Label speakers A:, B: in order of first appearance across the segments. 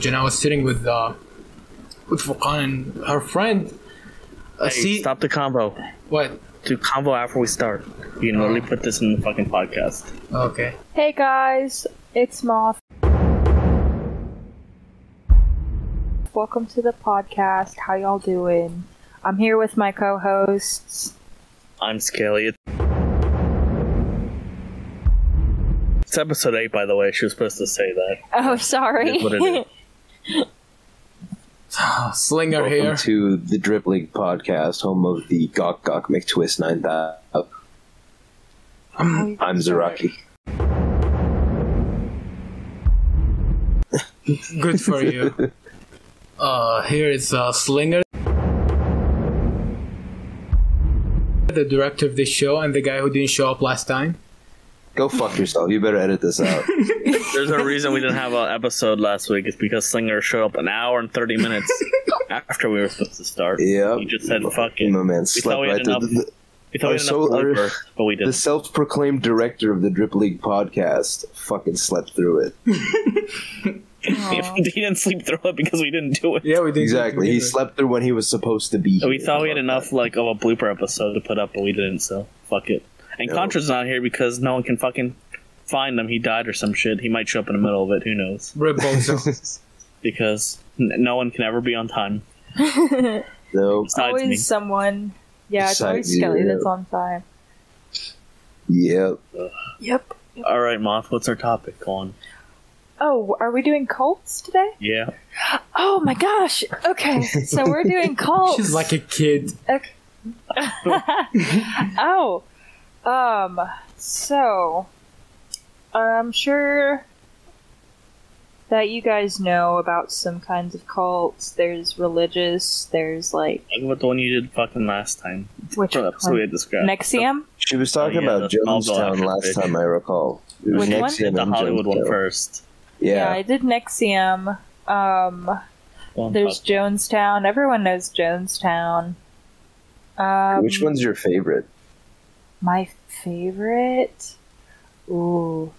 A: Jana was sitting with uh, with Furqan and her friend. Uh,
B: Hey,
A: see
B: stop the combo.
A: what?
B: Do combo after we start. You can literally put this in the fucking podcast.
A: Okay.
C: Hey guys, it's Moth. Welcome to the podcast. How y'all doing? I'm here with my co-hosts.
B: I'm Scaly. It's episode 8, by the way. She was supposed to say that.
C: Oh, sorry.
B: It is what it is.
A: Uh, Slinger
D: Welcome
A: here.
D: to the Drip League podcast, home of the Gawk Gawk McTwist 9000.
C: I'm,
D: I'm Zaraki.
A: Good for you. Uh, here is uh, Slinger, the director of this show, and the guy who didn't show up last time.
D: Go fuck yourself. You better edit this out.
B: There's a reason we didn't have an episode last week. It's because Slinger showed up an hour and 30 minutes after we were supposed to start.
D: Yep.
B: He just said, fuck it.
D: My man
B: thought
D: slept
B: we
D: right
B: had
D: through
B: enough.
D: the,
B: We thought
D: Oh,
B: we had
D: so
B: enough blood
D: are-
B: first, but we
D: the, the
B: didn't.
D: self proclaimed director of the Drip League podcast. Fucking slept through it.
B: he didn't sleep through it because we didn't do it.
A: Yeah, we did.
D: Exactly. He
A: together.
D: slept through when he was supposed to be here.
B: We thought we had enough like of a blooper episode to put up, but we didn't. So fuck it. And
D: No.
B: Contra's not here because no one can fucking find him. He died or some shit. He might show up in the middle of it. Who knows?
A: Rip Bozo.
B: Because n- no one can ever be on time.
D: No.
B: Besides
C: always
B: me.
C: someone. Yeah, it's always
D: Besides you,
C: Skelly
D: yeah.
C: that's on time.
D: Yep.
C: Yep.
B: All right, Moth. What's our topic? Go on.
C: Oh, are we doing cults today?
B: Yeah.
C: Oh my gosh. Okay, so we're doing cults.
A: She's like a kid.
C: Oh. Okay. oh, um, so I'm sure that you guys know about some kinds of cults. There's religious. There's like
B: Like about the one you did fucking last time.
C: which
B: What episode we
C: one?
B: had described?
C: Nexium.
D: She was talking
B: Oh, yeah,
D: about
B: the- all the
D: Jonestown
B: electric
D: last
B: bitch.
D: time I recall. It was
C: Which one?
D: next
B: Did
D: year
B: the
D: in
B: Hollywood one
D: Jonestown.
B: first.
D: Yeah.
C: I did Nexium. Um,
B: Go on,
C: there's
B: Todd.
C: Jonestown. Everyone knows Jonestown. Um,
D: Which one's your favorite?
C: My favorite. Ooh,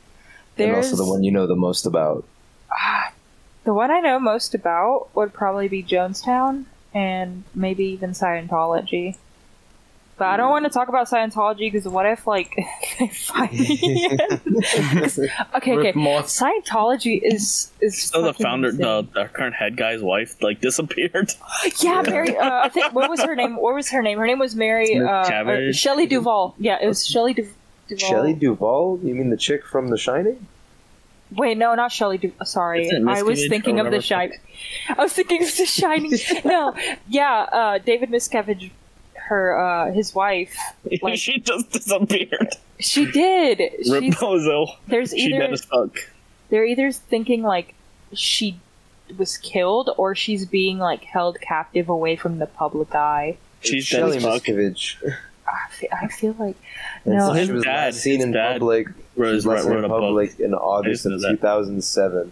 D: And also the one you know the most about.
C: The one I know most about would probably be Jonestown and maybe even Scientology. But I don't want to talk about Scientology because what if, like, they find me? okay,
A: Rip
C: okay.
A: Moth.
C: Scientology is is
B: So the
C: fucking
B: founder,
C: insane.
B: the, the current head guy's wife, like disappeared.
C: yeah, Mary. Uh, I think what was her name? What was her name? Her name was Mary
D: Smith
C: uh, or
B: Cavendish?
C: Shelley Duvall. Yeah, it was Shelley du- Duvall.
D: Shelley Duvall? You mean the chick from The Shining?
C: Wait, no, not Shelley. Du- oh, sorry,
B: Isn't it
C: I was
B: Miscavige
C: thinking
B: or
C: of the
B: whatever?
C: shine. I was thinking of the shining. no, yeah, uh, David Miscavige, her, uh, his wife. Like-
B: she just disappeared.
C: She did. She's,
B: Rapunzel.
C: there's
B: She dead
C: either
B: as fuck.
C: they're either thinking like she was killed or she's being like held captive away from the public eye.
B: She's dead
D: Shelley
B: as fuck.
D: Miscavige.
C: I feel, I feel like
D: And
C: No.
D: so
B: His
D: she was
B: dad-
D: last seen
B: his
D: in
B: dad
D: public.
B: Rose
D: She was last
B: wrote, wrote
D: seen
B: a
D: in
B: book.
D: public in August
B: I
D: of
B: used to know that.
D: 2007.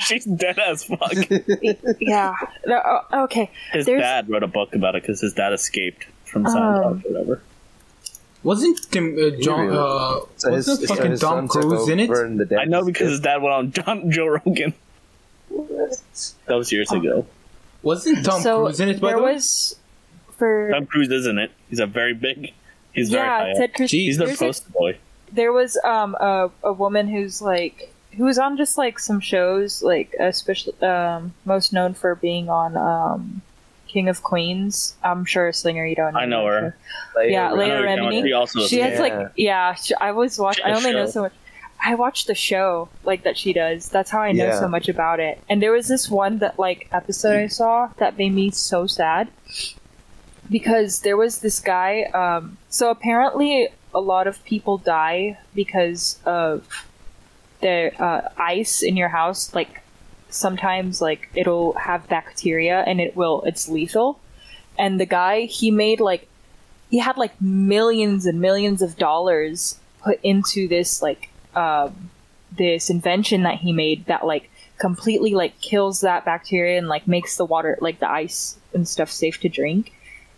B: She's dead as fuck.
C: yeah. No, oh, okay.
B: His
C: There's-
B: dad wrote a book about it because his dad escaped from
C: Um,
B: Scientology or whatever.
A: Wasn't Tim, uh, John,
D: really-
A: uh,
D: So his,
A: wasn't
D: so
A: fucking
D: his
A: Tom
D: son took
A: Cruise in it?
D: over and the dad
B: I know
D: was
B: because his
D: dead.
B: dad went on John Joe Rogan. That was
C: Oh.
B: years ago.
A: Wasn't Tom
C: so
A: Cruise in it, by
C: there
A: the way?
C: was for
B: Tom Cruise isn't it? He's a very big. He's very
C: yeah
B: high. up.
C: Ted Cruz.
A: Jeez.
B: He's their
C: there's a-
B: poster boy.
C: there was um a, a woman who's like who was on just like some shows like especially um most known for being on um King of Queens. I'm sure Slinger you don't.
B: I know her.
C: Yeah,
B: I know
C: Leia
B: you're talking
C: Remini.
B: about- She also
C: She has
D: Yeah.
C: like yeah. She, I was watch. I
B: The
C: only know
B: show.
C: so much. I watched the show like that she does. That's how I know
D: Yeah.
C: so much about it. And there was this one that like episode I saw that made me so sad because there was this guy. Um, so apparently, a lot of people die because of the uh, ice in your house. Like sometimes, like it'll have bacteria and it will. It's lethal. And the guy he made like he had like millions and millions of dollars put into this like um, this invention that he made that like completely like kills that bacteria and like makes the water like the ice and stuff safe to drink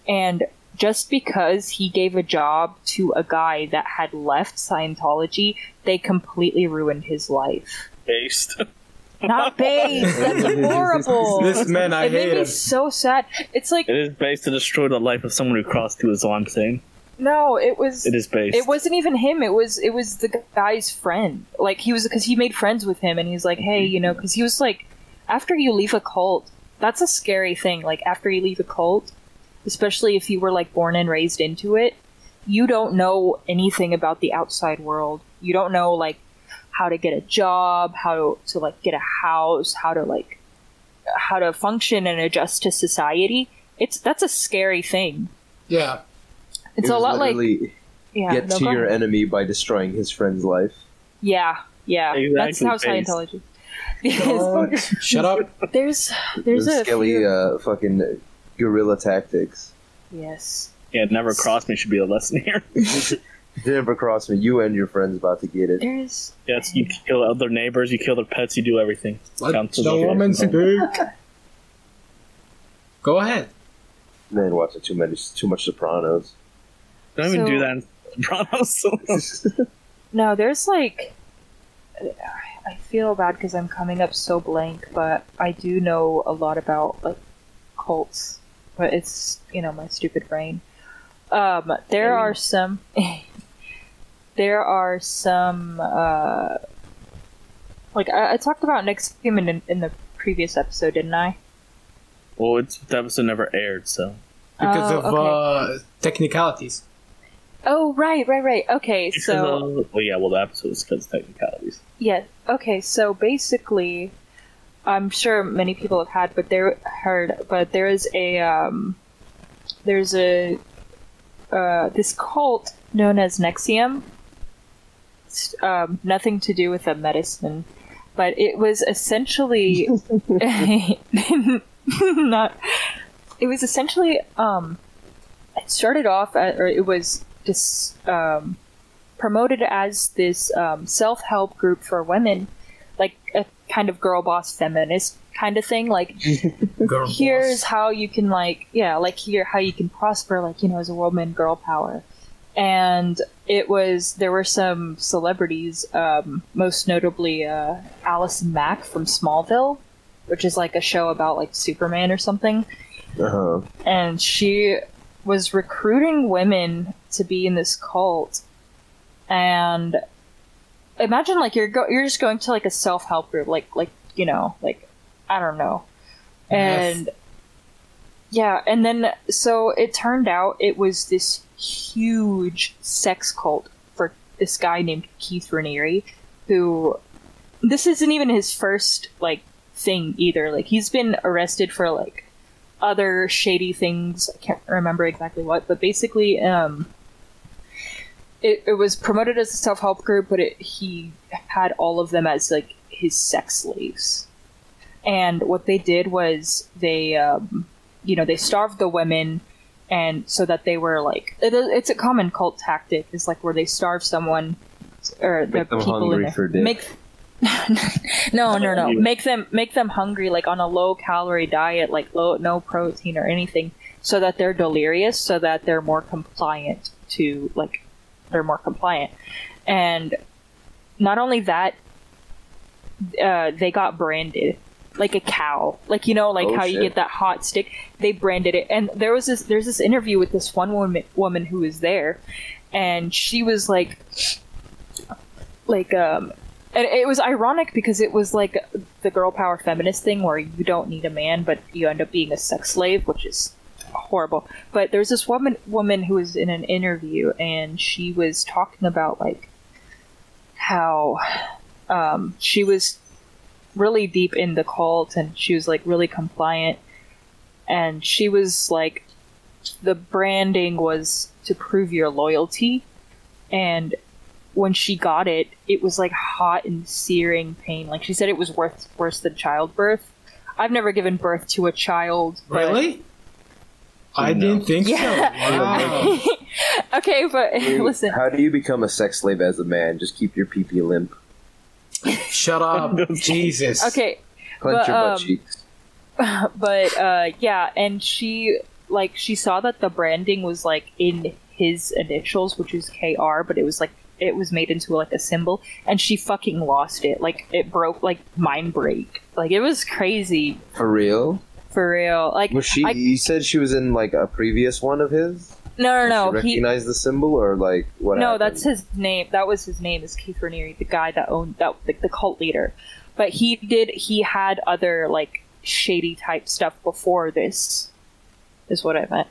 C: and just because he gave a job to a guy that had left Scientology, they completely ruined his life.
B: based.
C: Not babes. That's horrible.
A: This man, I
C: it made
A: hate
C: me
A: him.
C: so sad. It's like
B: It is based to destroy the life of someone who crossed you, is all I'm saying.
C: no, it was
B: It is based.
C: It wasn't even him. It was it was the guy's friend. Like he was because he made friends with him, and he's like, hey, you know,
D: Mm-hmm.
C: because he was like, after you leave a cult, that's a scary thing. Like after you leave a cult, especially if you were like born and raised into it, you don't know anything about the outside world. You don't know like how to get a job, how to like get a house, how to like how to function and adjust to society. It's that's a scary thing.
A: Yeah.
C: It's a lot like yeah,
D: get
C: no,
D: to
C: go
D: your
C: ahead.
D: enemy by destroying his friend's life.
C: Yeah, yeah. That's
B: Exactly,
C: how
B: based.
C: Scientology.
D: God.
C: Yes.
A: Shut up.
C: there's there's
D: Those
C: a
D: skelly
C: few-
D: uh, fucking guerrilla tactics.
C: yes.
B: yeah, never cross me should be a lesson here.
D: Never cross me. You and your friends about to get it.
C: There's
B: Yes, you kill other neighbors, you kill their pets, you do everything.
A: Let
B: Counts as
A: the
B: a-
A: woman speak. Go ahead.
D: Man, watching too many, too much Sopranos.
B: Don't even
C: So-
B: do that in Sopranos.
C: no there's like I feel bad because I'm coming up so blank, but I do know a lot about like cults, but it's you know my stupid brain. Um, there
D: Hey.
C: are some. there are some. Uh, like I, I talked about next human in, in the previous episode, didn't I?
B: well, it's, the episode never aired, so.
A: Because
C: Oh,
A: of
C: okay.
A: uh, technicalities.
C: Oh right, right, right. Okay,
B: Because
C: so
B: of- well, yeah, well, the episode was because of technicalities.
C: Yes. Okay. So basically, I'm sure many people have had, but there heard, but there is a um, there's a uh, this cult known as Nexium. It's, um, nothing to do with the medicine, but it was essentially not. It was essentially um, it started off at, or it was just um promoted as this um, self help group for women, like a kind of girl boss feminist kind of thing. Like,
A: Girl
C: here's
A: boss.
C: how you can, like, yeah, like, here, how you can prosper, like, you know, as a woman, girl power. And it was, there were some celebrities, um, most notably uh, Allison Mack from Smallville, which is like a show about, like, Superman or something
D: Uh huh.
C: and she was recruiting women to be in this cult and imagine like you're go- you're just going to like a self-help group like like you know like i don't know
A: Yes.
C: and yeah and then so it turned out it was this huge sex cult for this guy named keith raniere who this isn't even his first like thing either like he's been arrested for like other shady things. I can't remember exactly what, but basically, um, it, it was promoted as a self help group, but it, he had all of them as like his sex slaves. And what they did was they, um, you know, they starved the women, and so that they were like, it, it's a common cult tactic is like where they starve someone or the
D: Make them
C: people in
D: hungry
C: there.
D: for dick.
C: Make no, no, no.
B: you-
C: Make them make them hungry, like on a low calorie diet, like low no protein or anything, so that they're delirious, so that they're more compliant to like they're more compliant. And not only that, uh, they got branded like a cow, like you know, like
D: Oh,
C: how you
D: shit.
C: get that hot stick. They branded it, and there was this there's this interview with this one woman woman who was there, and she was like, like um. And it was ironic because it was like the girl power feminist thing where you don't need a man, but you end up being a sex slave, which is horrible. But there's this woman woman who was in an interview, and she was talking about like how um, she was really deep in the cult, and she was like really compliant, and she was like the branding was to prove your loyalty, and when she got it, it was like hot and searing pain. Like she said, it was worth worse than childbirth. I've never given birth to a child. but-
A: Really? I didn't think so. Wow.
C: Okay, but listen.
D: How do you become a sex slave as a man? Just keep your pee pee limp.
A: Shut up. Jesus.
C: Okay, But,
D: Clench your butt
C: um,
D: cheeks.
C: but uh, yeah, and she like she saw that the branding was like in his initials, which is KR, but it was like it was made into like a symbol, and she fucking lost it. Like it broke, like mind break. Like it was crazy
D: For real?
C: for real. Like
D: Was she?
C: I-
D: you said she was in like a previous one of his.
C: no, no,
D: Did She
C: no. He,
D: recognize the symbol or like what?
C: no,
D: happened?
C: that's his name. That was his name is Keith Raniere, the guy that owned that the, the cult leader. But he did. He had other like shady type stuff before this. Is what I meant.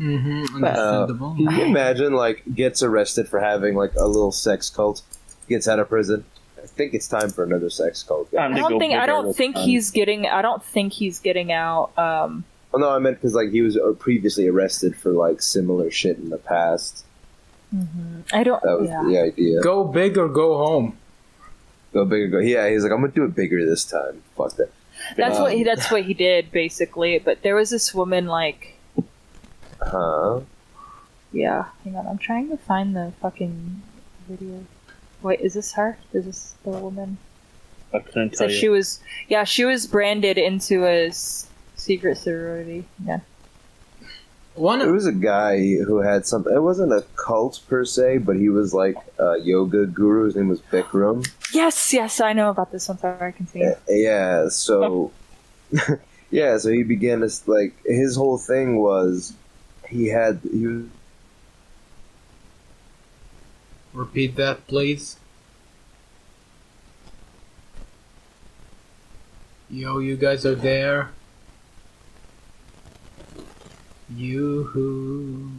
A: Mm-hmm.
C: But- uh,
A: Understandable.
D: Can you imagine like gets arrested for having like a little sex cult, gets out of prison. I think it's time for another sex cult.
B: Time
C: I
B: to
C: don't
B: go
C: think. I
B: bigger
C: don't
B: this
C: think
B: time.
C: he's getting. I don't think he's getting out. Um,
D: Well, Oh, no, I meant because like he was uh, previously arrested for like similar shit in the past.
C: I don't.
D: That was
C: yeah.
D: the idea.
A: Go big or go home.
D: Go bigger, go. Yeah, he's like, I'm gonna do it bigger this time. Fuck that.
C: That's what he.
D: Um,
C: That's what he did basically. But there was this woman like.
D: Huh?
C: Yeah. Hang on. I'm trying to find the fucking video. Wait, is this her? Is this the woman?
B: I couldn't
C: So
D: Oh,
B: tell
C: she
B: you.
C: was, yeah, she was branded into a s- secret sorority. Yeah,
A: One.
D: There was a guy who had something. It wasn't a cult per se, but he was like a yoga guru. His name was Bikram.
C: yes, yes, I know about this one. Sorry, I can see.
D: Uh, yeah so yeah so he began to s- like his whole thing was he had he was
A: Repeat that, please. Yo, you guys are there. Yoo-hoo.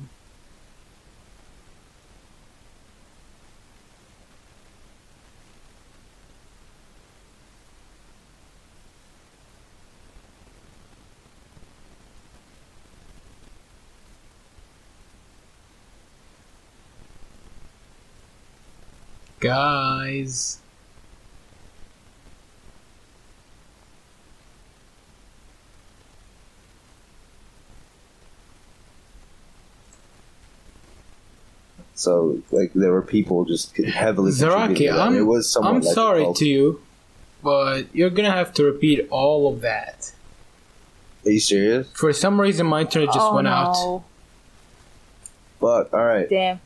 A: Guys.
D: so like there were people just heavily contributing
A: Zaraki,
D: to that.
A: I'm,
D: it was someone
A: I'm
D: like
A: sorry
D: cult.
A: to you, but you're gonna have to repeat all of that.
D: are you serious
A: For some reason, my internet just
C: oh
A: went
C: no!
A: out.
D: but all right
C: Damn.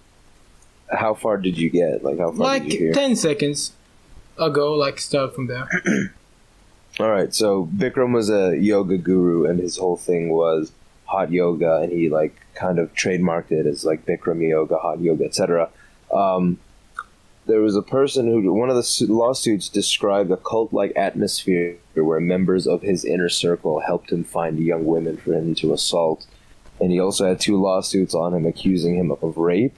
D: how far did you get like how far
A: Like
D: did you hear
A: 10 seconds ago, like start from there.
D: all right so bikram was a yoga guru and his whole thing was hot yoga and he like kind of trademarked it as like bikram yoga hot yoga etc um, there was a person who one of the su- lawsuits described a cult-like atmosphere where members of his inner circle helped him find young women for him to assault and he also had two lawsuits on him accusing him of rape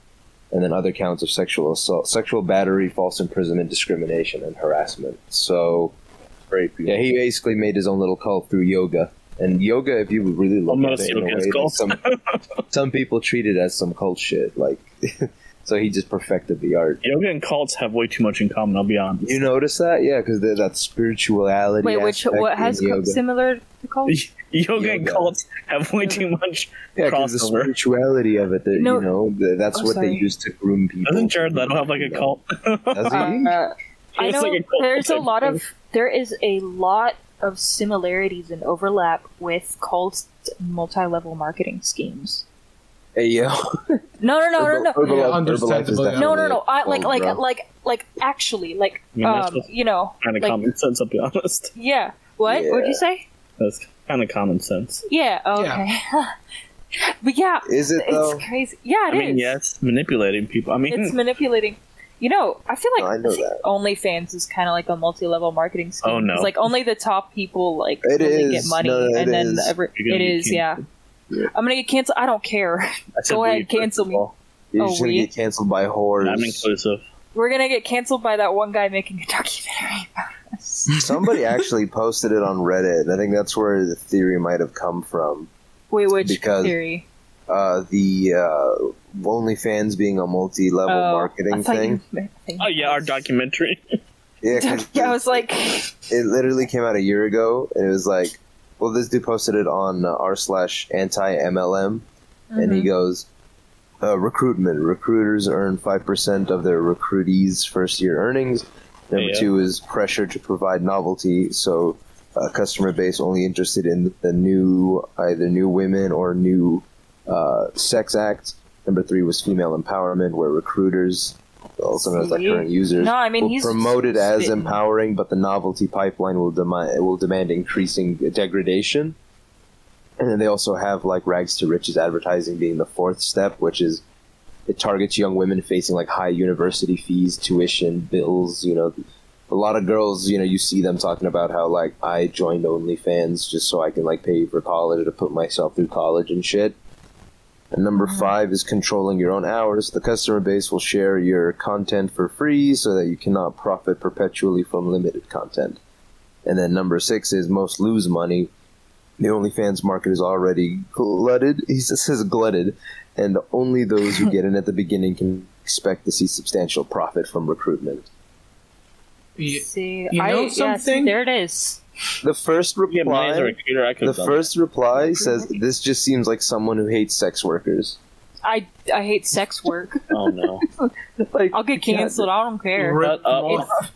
D: and then other counts of sexual assault sexual battery false imprisonment discrimination and harassment so rape yeah he basically made his own little cult through yoga and yoga if you would really look
B: Almost
D: at it in a
B: yoga
D: way,
B: is
D: there's
B: cult.
D: some, some people treat it as some cult shit like so he just perfected the art
B: Yoga and cults have way too much in common. I'll be honest.
D: you notice that? Yeah, because there's that spirituality.
C: Wait, which
D: aspect
C: what
D: in
C: has co-
D: yoga.
C: similar to cult?
B: yoga, and
D: Yoga.
B: cults have way too much
D: yeah, 'cause the
B: crossover.
D: spirituality of it. That,
C: No.
D: You know, th- that's
C: Oh,
D: what
C: sorry.
D: they use to groom people.
B: Doesn't Jared Leto have like a cult?
D: Does he?
C: Uh, I
B: It's
C: know
B: like a cult
C: there's a
B: type
C: lot
B: thing.
C: of there is a lot of similarities and overlap with cult multi-level marketing schemes.
D: hey, yo.
C: No, no, no, no, no.
D: Herbal-
A: Yeah,
D: Herbalife- Herbalife is
A: understandable, yeah.
C: no,
D: definitely
C: no, no.
D: a
C: I like,
D: cult,
C: like,
D: bro.
C: like, like, actually, like,
B: I mean, that's
C: um,
B: what's
C: you know,
B: Kind of
C: like,
B: common sense. I'll be honest.
C: yeah. What? What'd you
D: Yeah.
C: say?
B: That's kind of common sense.
C: Yeah. Okay. but yeah,
D: Is it
C: it's
D: though?
C: crazy. Yeah,
B: I
C: it is.
B: mean, yes, manipulating people. I mean,
C: It's manipulating. You know, I feel like
D: No, I know
C: I think
D: that.
C: OnlyFans is kind of like a multi-level marketing scheme.
B: Oh, no.
C: It's like only the top people like
D: It
C: only
D: is.
C: get money,
D: No, it
C: and then
D: is.
C: every,
B: You're
C: it
B: gonna be
C: is. Yeah.
D: Yeah.
C: I'm gonna get canceled. I don't care.
B: I said
C: Go
B: we,
C: ahead,
B: first
C: cancel
B: of
C: me.
B: all.
D: You're
C: Oh,
D: just gonna
C: we-
D: get canceled by whores.
B: I'm inclusive.
C: We're gonna get canceled by that one guy making a documentary about us.
D: Somebody actually posted it on Reddit. and I think that's where the theory might have come from.
C: Wait, which
D: Because-
C: theory?
D: Uh, the uh, OnlyFans being a multi-level
C: Oh, I
D: marketing
C: thought you
D: thing.
C: meant- I thought you
B: Oh yeah, our
C: meant-
B: documentary.
D: Yeah, 'cause
C: Yeah, I was like,
D: it literally came out a year ago and it was like well this dude posted it on uh, r slash anti mlm and
C: mm-hmm.
D: he goes uh, recruitment recruiters earn 5% of their recruitees first year earnings number
B: Yeah.
D: two is pressure to provide novelty so uh, customer base only interested in the new either new women or new uh, sex acts number three was female empowerment where recruiters also known as like
C: See?
D: current users,
C: No, I mean,
D: will
C: he's
D: promote it as
C: spitting.
D: empowering, but the novelty pipeline will demand will demand increasing degradation. And then they also have like rags to riches advertising being the fourth step, which is it targets young women facing like high university fees, tuition, bills. You know, a lot of girls, you know, you see them talking about how like I joined OnlyFans just so I can like pay for college or to put myself through college and shit. And number five is controlling your own hours. The customer base will share your content for free so that you cannot profit perpetually from limited content. And then number six is most lose money. The OnlyFans market is already glutted. He s- says glutted, and only those who get in at the beginning can expect to see substantial profit from recruitment.
A: Yeah.
C: See,
A: You
C: I,
A: know
C: yeah, see,
A: something?
C: there it is.
D: The first
B: Yeah, mine is a
D: reply,
B: recruiter. I could
D: the
B: have done
D: first reply says, "This just seems like someone who hates sex workers."
C: I, I hate sex work.
B: that. Oh no.
D: Like,
C: I'll get
D: God,
C: canceled. I don't care.
A: Rip
B: Shut up.
A: off.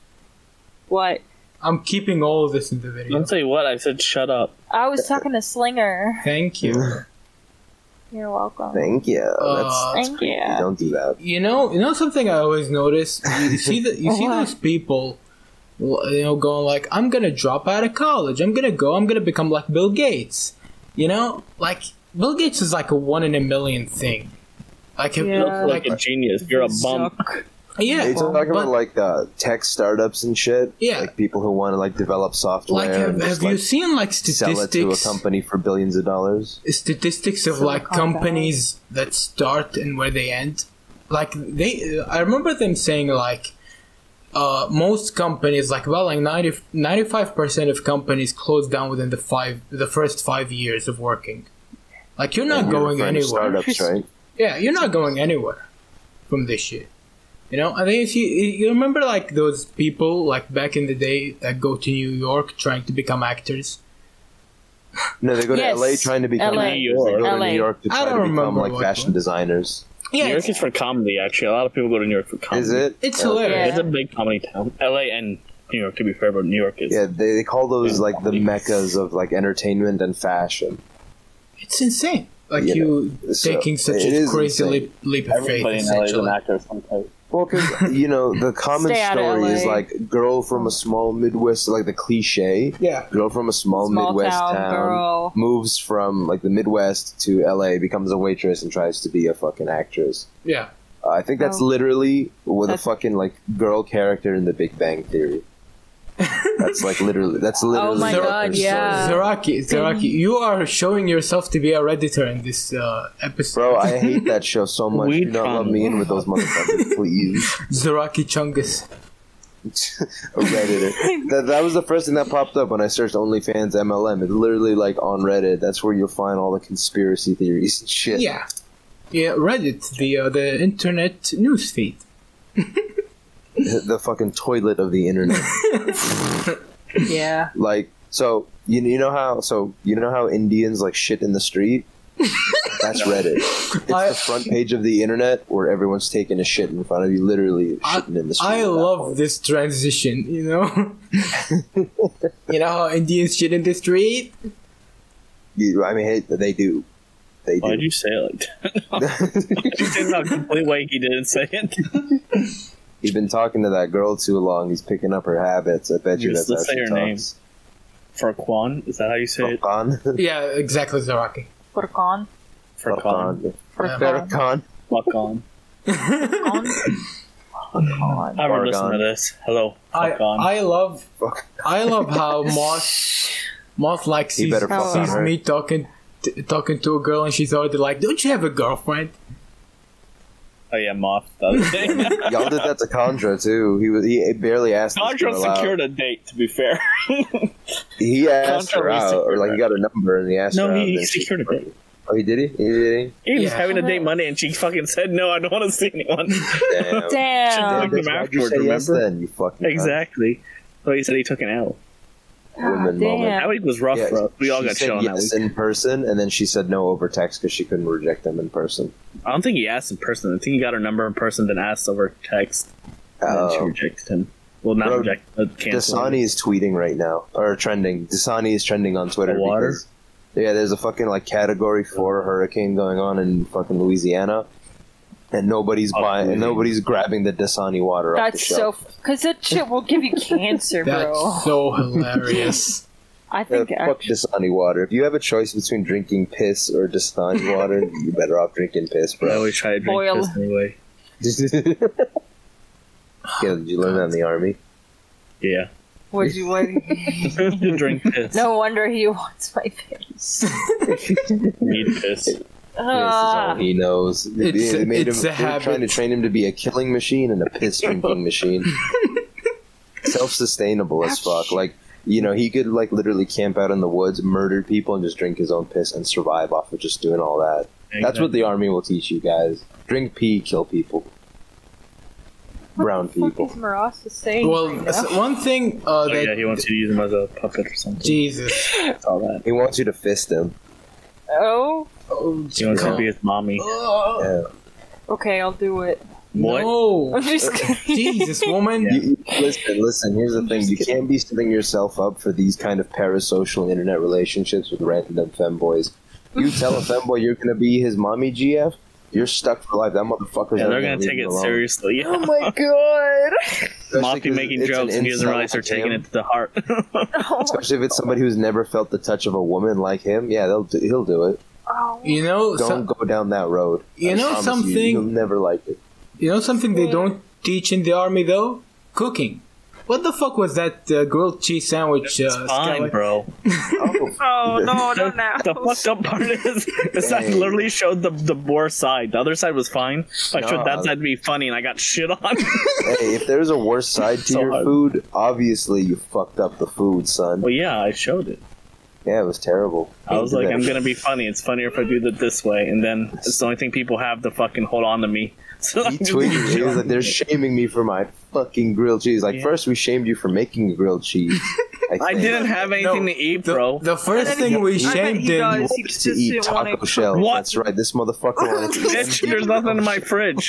C: What?
A: I'm keeping all of this in the video.
B: I'll tell you what. I said shut up.
C: I was talking to Slinger.
A: Thank you.
C: You're welcome.
D: Thank you.
A: Uh,
D: That's, that's
C: Thank
D: creepy.
C: you.
D: Don't do that.
A: You know, you know something I always notice. You see the, you see
C: What?
A: those people, l- you know, going like, "I'm gonna drop out of college. I'm gonna go. I'm gonna become like Bill Gates." You know, like Bill Gates is like a one in a million thing. Like, if-
C: Yeah.
B: Look like a genius. You're a bum.
C: Suck.
A: yeah,
D: They talk
A: but-
D: about like uh, tech startups and shit.
A: Yeah.
D: like people who want to like develop software
A: like, have,
D: and
A: have
D: just,
A: you
D: like,
A: seen like
D: sell it to a
A: statistics?
D: company for billions of dollars.
A: statistics of like
C: Silicon
A: companies that start and where they end like they i remember them saying like uh, most companies like well like 90, 95% of companies close down within the five the first five years of working like you're not
D: You're
A: going
D: referring to
A: anywhere
D: Startups, right?
A: yeah, you're not going anywhere from this shit. You know, and then you see, you remember like those people like back in the day that go to New York trying to become actors.
D: No, they go to
C: Yes,
D: LA trying to become.
C: LA.
D: They go to
C: LA.
D: New York to
A: I
D: try
A: don't
D: to become
A: remember
D: like
A: what
D: fashion
A: one.
D: designers.
A: Yeah,
B: New York is for comedy. Actually, a lot of people go to New York for comedy.
D: Is it?
A: It's
D: Uh,
A: hilarious.
B: It's a big comedy town. L.A. and New York, to be fair, but New York is.
D: Yeah, they, they call those
B: Yeah.
D: like the meccas of like entertainment and fashion.
A: it's insane. Like
D: You
A: you
D: know, so
A: taking such
D: it
A: a
D: is
A: crazy
D: insane.
A: leap, leap of faith,
B: Everybody in LA is an
A: essentially.
B: actor of some type.
D: Well, because you know the common
C: Stay out of
D: story is
C: LA.
D: like girl from a small Midwest, like the cliche.
A: Yeah,
D: girl from a small,
C: Small
D: Midwest
C: town
D: town,
C: girl.
D: moves from like the Midwest to LA, becomes a waitress, and tries to be a fucking actress.
A: yeah.
D: Uh, I think that's
C: Oh.
D: literally with a
C: That's-
D: fucking like girl character in The Big Bang Theory. that's like literally. That's literally.
C: Oh my
D: what
C: God,
D: her
C: yeah.
D: story is.
A: Zeraki, Zeraki, you are showing yourself to be a redditor in this uh, episode.
D: Bro, I hate that show so much.
B: We
D: Do not love
B: found-
D: me in with those motherfuckers, please.
A: Zeraki Chungus.
D: A Redditor. That, that was the first thing that popped up when I searched OnlyFans MLM. It's literally like on Reddit. That's where you'll find all the conspiracy theories and shit.
A: Yeah, yeah. Reddit, the uh, the internet news feed.
D: The fucking toilet of the internet.
C: Yeah.
D: like so you, you know how so you know how indians like shit in the street that's reddit it's
A: I-
D: the front page of the internet where everyone's taking a shit in front of you literally
A: I,
D: shitting in the street
A: I
D: at that
A: love
D: point.
A: this transition, you know? you know how Indians shit in the street?
D: you, i mean hey, they do they
B: Why'd
D: do
B: you say it like that? you did not complete way he didn't say it.
D: he's been talking to that girl too long he's picking up her habits i bet you
B: Just
D: that's how
B: say
D: she
B: her name.
D: talks
B: Farquan? Is that how you say it?
D: Farkan?
A: Yeah, exactly, Zaraki.
C: Furkan.
B: Farquan.
A: Uh-huh.
C: Furkan.
D: Farkan.
B: Farquan.
C: Furkan.
B: I ever listen to
D: Farquan.
B: this. Hello.
A: I,
B: Farquan.
A: I love
D: Fuck.
A: I love how Moth Moth like
D: He
A: sees,
D: better
C: fuck
A: sees
D: on her.
A: me talking t- talking to a girl and she's already like, Don't you have a girlfriend?
B: oh yeah, Moth. That was it.
D: y'all did that to Condra too he was he barely asked this
B: Contra
D: girl out.
B: secured a date, to be fair.
D: he asked her
B: Condra was
D: out or like he got a number and he asked her
B: no,
D: out
B: he, he
D: and she-
B: secured a date.
D: oh he did he, he did he
B: He was
A: Yeah.
B: having a date Monday and she fucking said, no, I don't want to see anyone. Damn.
D: Damn.
C: Damn.
B: Fuck him
D: bitch, why'd you
B: afterwards,
D: say yes
B: remember?
D: then, you fucking cunt?
B: exactly. So he said he took an L.
D: Woman moment.
C: Damn.
B: That week was rough
D: Yeah,
B: for us. We all
D: she
B: got
D: said
B: shit on that
D: yes
B: week.
D: in person, and then she said no over text because she couldn't reject them in person.
B: I don't think he asked in person. I think he got her number in person, then asked over text, and then she
D: Oh.
B: rejected him. Well, not
D: Bro,
B: rejected, but canceled.
D: Dasani is tweeting right now, or trending. Dasani is trending on Twitter.
B: The water?
D: Because, yeah, there's a fucking like category four hurricane going on in fucking Louisiana, and nobody's
B: Oh,
D: buying, and
B: really?
D: nobody's grabbing the Dasani water off the
C: That's so
D: shelf.
C: because that shit will give you cancer, bro.
A: That's so hilarious.
C: I
D: Uh,
C: think
D: fuck
C: actually,
D: Dasani water. If you have a choice between drinking piss or Dasani water, you're better off drinking piss,
B: I
D: bro.
B: always try to drink
C: Boil.
B: piss anyway.
D: yeah, did you learn that in the army?
B: Yeah.
C: would you would
B: to drink piss.
C: No wonder he wants my face.
B: Need piss.
D: This is all e-
C: Ah,
D: he knows. They,
A: It's-
D: they made
A: it's
D: him,
A: a
D: they were trying to
A: habit.
D: train him to be a killing machine and a piss drinking machine. Self sustainable as fuck. Like you know, he could like literally camp out in the woods, murder people, and just drink his own piss and survive off of just doing all that. That's what the army will teach you guys: drink pee, kill people, brown
C: what the fuck
D: people.
C: is Maras saying?
A: well,
C: right now?
A: so one thing uh,
B: Oh,
A: that
B: yeah, he wants you to use him as a puppet or something.
A: Jesus,
B: That's all that.
D: He wants you to fist him.
C: oh,
A: oh,
B: He wants you
A: God.
B: to be his mommy.
D: Oh.
A: Ugh.
D: Yeah.
C: okay, I'll do it.
B: What?
A: oh, No,
C: I'm just kidding.
A: Jesus, woman.
D: You- you- listen, listen. Here's the thing: you can't be setting yourself up for these kind of parasocial internet relationships with random femboys. You tell a femboy you're gonna be his mommy GF, you're stuck for life. That motherfucker's
B: Yeah,
D: never
B: they're gonna
D: leave
B: take
D: you
B: it
D: alone.
B: seriously.
C: oh my god!
D: Especially
B: Moth be
D: 'cause
B: making
D: it's an
B: jokes and he doesn't
D: insult
B: realize they're
D: to him.
B: taking it to the heart.
C: Oh,
D: Especially if it's somebody who's never felt the touch of a woman like him, yeah, they'll do, he'll do it.
C: oh.
A: You know,
D: Don't
A: some,
D: go down that road.
A: You
D: I
A: know
D: promise You,
A: something-
D: you'll never like it.
A: you know something they don't teach in the army though? Cooking. What the fuck was that uh, grilled cheese sandwich?
B: it's
A: uh,
B: fine,
A: skeleton?
B: bro.
D: Oh,
C: Oh no, no, no!
B: The fucked up part is, is I
D: Hey.
B: literally showed the the boar side. The other side was fine. I showed that
D: No.
B: side to be funny, and I got shit on.
D: hey, if there's a worse side to
B: So
D: your
B: hard.
D: food, obviously you fucked up the food, son.
B: well, yeah, I showed it.
D: Yeah, it was terrible.
B: I was like, I'm
D: Internet.
B: gonna be funny. It's funnier if I do it this way, and then it's the only thing people have to fucking hold on to me. So
D: He
B: I'm just-
D: tweeted. He was like, "They're shaming me for my fucking grilled cheese." Like,
B: Yeah.
D: first we shamed you for making grilled cheese.
B: I
D: think.
B: didn't have anything
A: No,
B: to eat,
A: the,
B: bro.
A: The first thing we
C: I bet
A: shamed
C: he
A: him.
C: does.
D: He wanted to eat
C: didn't wanna
D: taco shell.
B: What?
D: That's right. This motherfucker wanted to eat.
B: Bitch, there's nothing in my fridge.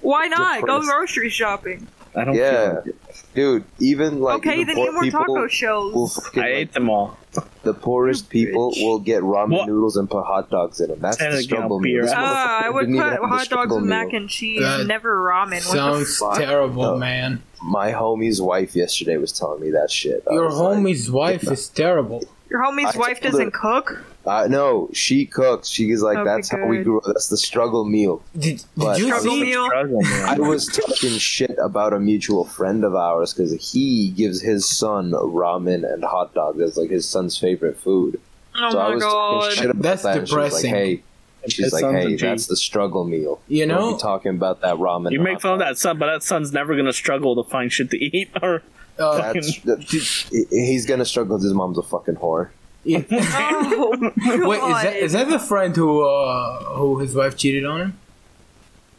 C: Why not? Go
D: Depressed.
C: grocery shopping.
B: I don't. feel
D: Yeah,
B: like it.
D: dude. Even like
C: okay,
D: the
C: then
D: poor
C: eat more
D: people
C: taco
D: will
C: shells.
D: fucking,
B: I
D: like,
B: ate them all.
D: the poorest people will get ramen
B: What?
D: noodles and put hot dogs in them. That's
B: Say it
D: the
B: again,
D: struggle
B: I'll be
D: meal. This
B: right back.
C: Ah,
D: motherfucker
C: I would
D: didn't
C: put
D: even have the
C: hot dogs
D: struggle
C: with mac
D: meal.
C: and cheese,
A: That
C: never ramen. What the
A: Sounds
C: fuck?
A: terrible,
D: No.
A: man.
D: My homie's wife yesterday was telling me that shit. I
A: Your
D: was like,
A: homie's wife is terrible.
C: Your homie's
D: I
C: wife
D: told
C: doesn't
D: her-
C: cook?
D: Uh, no, she cooks. She is like,
C: Okay,
D: that's how we
C: good.
D: grew up. That's the struggle meal.
A: Did, did
D: But-
A: you
D: Struggle
A: see?
C: meal.
B: Struggle, man.
D: I was talking shit about a mutual friend of ours because he gives his son ramen and hot dogs as like his son's favorite food.
C: Oh
D: so I
C: my
D: was talking shit
C: god.
D: about
A: That's
D: that. and
A: depressing.
D: She was
B: Piss
D: like,
B: on
D: hey,
B: the
D: she's like, hey,
B: G.
D: that's the struggle meal.
A: You
D: Don't
A: know-
D: be talking about that ramen.
B: You
D: and
B: make
D: hot
B: fun of that
D: dogs.
B: son, but that son's never gonna struggle to find shit to eat. Or
A: Uh,
D: That's, that- he- he's gonna struggle. 'cause His mom's a fucking whore.
A: yeah.
C: Oh,
A: Wait, is that
C: God.
A: is that the friend who uh, who his wife cheated on him?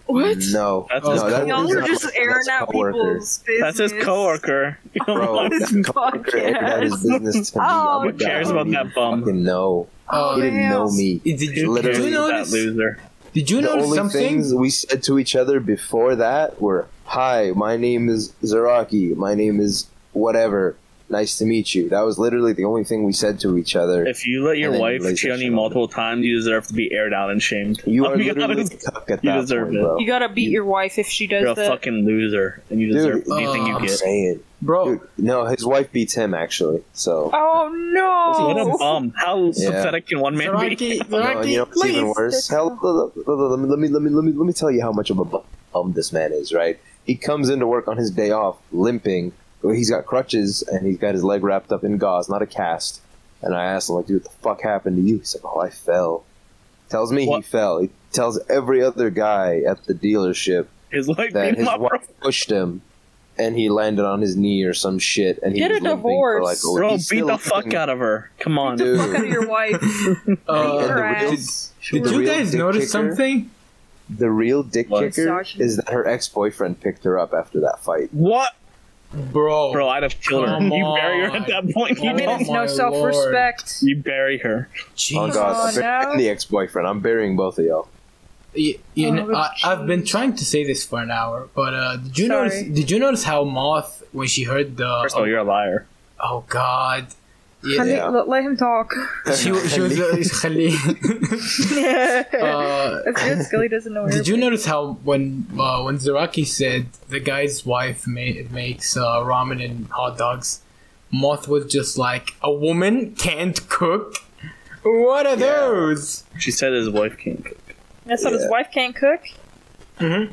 C: What?
D: No,
B: That's
D: no,
B: his
D: that-
C: Y'all are
D: that's-
C: just airing
D: that's
C: out
D: coworker.
C: people's business.
B: that's his coworker.
D: Bro,
C: This
D: that coworker aired out his
C: podcast.
D: business to me.
C: Oh,
D: I'm a
C: Who
B: cares
D: guy.
B: about
D: You
B: that bum?
D: Fucking no.
A: Uh,
D: He didn't know
C: Yes.
D: me.
A: did, did
B: Who cares
A: you
D: Literally.
B: that
A: notice?
B: loser?
A: Did you
D: The
A: notice
D: only
A: something?
D: things we said to each other before that were, "Hi, my name is Zaraki. My name is whatever. Nice to meet you." That was literally the only thing we said to each other.
B: If you let your
D: And then
B: wife
D: you lose
B: cheat
D: that
B: on
D: shit
B: you
D: on
B: multiple times, you deserve to be aired out and shamed.
D: you
B: I'll
D: are
B: be
D: literally a
B: honest,
D: cuck at
B: You
D: that
B: deserve
D: point,
B: it.
D: bro.
C: You gotta beat your wife if she does
B: you're a
C: that.
B: fucking loser, and you deserve
D: Dude,
B: anything
A: uh,
B: you
D: I'm
B: get.
D: saying,
A: Bro,
D: dude. No, his wife beats him actually. So.
C: Oh no!
B: What a bum! How
D: Yeah.
B: pathetic can one man be?
A: Zaraki,
D: No, and
A: Zaraki,
D: you know what's even
A: please.
D: worse? Hell, let let- let me, let, me, let, me, let me tell you how much of a bum this man is, right? He comes into work on his day off, limping. He's got crutches, and he's got his leg wrapped up in gauze, not a cast. And I asked him, like, dude, what the fuck happened to you? He's like, oh, I fell. Tells me he
B: What?
D: fell. He tells every other guy at the dealership
B: His wife
D: that
B: beat him
D: his
B: up. bro.
D: wife pushed him, and he landed on his knee or some shit, and he
C: Get
D: was
C: a
D: limping for
C: divorce.
D: like a week.
B: Bro,
D: He's
B: beat
D: still
B: the fuck
D: limping.
B: out of her. Come on.
D: Dude.
C: Fuck out of your wife.
A: Uh,
D: And the
C: Your
D: real-
C: ass.
A: Did
D: The
A: you
D: real
A: guys
D: dick
A: notice
D: kicker?
A: something?
D: The real dick
B: What?
D: kicker
C: Sergeant.
D: is that her ex boyfriend picked her up after that fight.
B: What?
A: Bro,
B: Bro, I'd have killed her.
A: Come
B: You bury her
A: on.
B: at that point.
A: Oh
B: You,
C: Women
B: don't.
C: has no
A: my
C: self respect.
B: you bury her.
D: Oh
A: Jesus.
D: god, I'm
C: Oh,
D: bur-
C: no.
D: and the ex boyfriend. I'm burying both of y'all.
A: You, you
C: Oh,
A: know, I, I've been
C: jeez.
A: trying to say this for an hour, but uh, did you
C: Sorry.
A: notice? Did you notice how Moth, when she heard the
B: First of all, you're a liar.
A: oh god, Yeah.
D: Yeah.
C: Let, let him talk.
A: She, she was uh, Khalid. uh,
C: That's good. Scully doesn't know.
A: Did you notice how when uh, when Zaraki said the guy's wife ma- makes uh, ramen and hot dogs, Moth was just like a woman can't cook. What are
D: Yeah.
A: those?
B: She said his wife can't cook.
C: That's what his
D: Yeah.
C: wife can't cook.
D: No,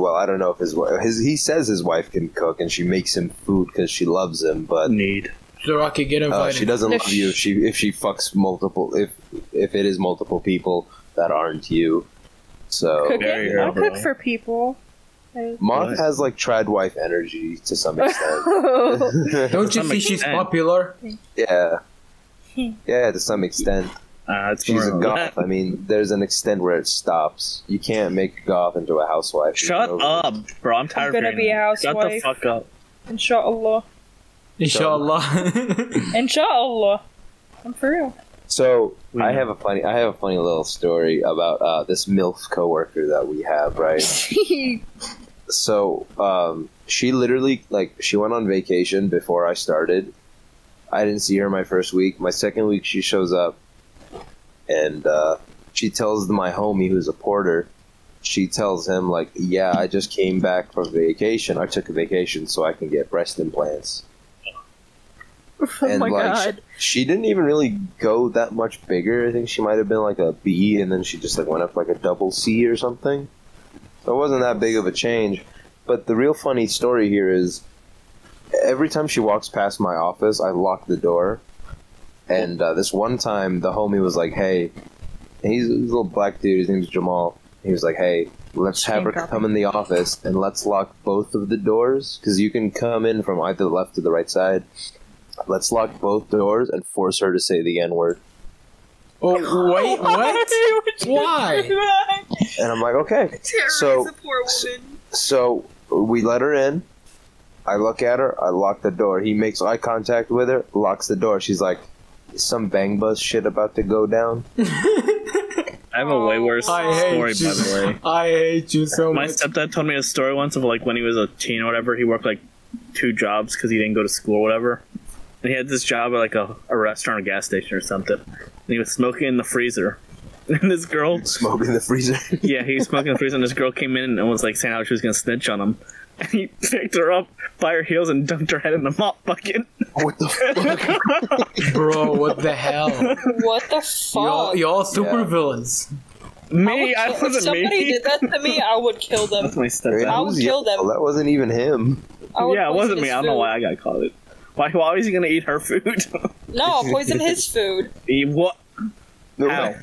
D: well, I don't know if his wife. His, he says his wife can cook, and she makes him food because she loves him. But
B: Need.
A: Zaraki, get
D: uh,
A: invited.
D: she doesn't
C: No,
D: love you if she if she fucks multiple if if it is multiple people that aren't you. So
C: Cook
B: Oh, There
C: it.
B: you
C: I
B: go,
C: cook
B: bro.
C: for people.
D: Moth
B: Right.
D: has like tried wife energy to some extent.
A: Don't you
B: Some
A: see she's
B: extent.
A: popular?
D: yeah, yeah, to some extent.
B: Uh, it's
D: She's a
B: more-
D: goth. I mean, there's an extent where it stops. You can't make a goth into a housewife.
B: Shut
D: Over-
B: up, bro. I'm tired
C: gonna
B: of
C: be a
B: hearing it.
C: housewife.
B: Shut the fuck up.
C: Inshallah.
A: Inshallah.
C: Inshallah. I'm for real.
D: So
B: We
D: I
B: know.
D: have a funny, I have a funny little story about uh, this milf coworker that we have,
C: Oh
D: right? so um, she literally like she went on vacation before I started. I didn't see her my first week. My second week, she shows up, and uh, she tells my homie who's a porter. She tells him like, "Yeah, I just came back from vacation. I took a vacation so I can get breast implants."
C: oh
D: and
C: my
D: like
C: god.
D: She, she didn't even really go that much bigger. I think she might have been like a B, and then she just like went up like a double C or something. So it wasn't that big of a change. But the real funny story here is every time she walks past my office, I lock the door. And uh, this one time, the homie was like, "Hey," and he's a little black dude. His name's Jamal. He was like, "Hey, let's have her
C: Can't
D: come in the office and let's lock both of the doors because you can come in from either the left to the right side. Let's lock both doors and force her to say the N word."
A: oh wait, what? Why?
D: And I'm like, "Okay." So-
C: a poor woman.
D: So we let her in. I look at her. I lock the door. He makes eye contact with her. Locks the door. She's like, "Is "Some bang bus shit about to go down."
B: I have a way worse
C: Oh.
A: I hate
B: story,
A: you.
B: by the way.
A: I hate you so
B: My
A: much.
B: stepdad told me a story once of like when he was a teen or whatever, he worked like two jobs because he didn't go to school or whatever. And he had this job at like a, a restaurant or gas station or something. And he was smoking in the freezer. And this girl,
D: Smoke in the freezer.
B: yeah, he was smoking in the freezer, and this girl came in and was like saying how she was gonna snitch on him. And he picked her up by her heels and dunked her head in the mop bucket.
D: what the fuck?
A: Bro, what the hell?
C: What the
A: Y'all,
C: fuck?
A: y'all supervillains.
B: Me, I,
C: If
B: wasn't
C: somebody
B: me.
C: did that to me, I would kill them.
B: That's my stepdad.
C: I would
D: Who's
C: kill
D: yellow?
C: them.
D: That wasn't even him.
C: I would
B: yeah, it wasn't
C: poison
B: me.
C: his
B: I don't know
C: food.
B: why I got called it. Why? Why was he gonna eat her food?
C: No, I'll poison his food.
B: he, what?
D: No
B: How?
D: way.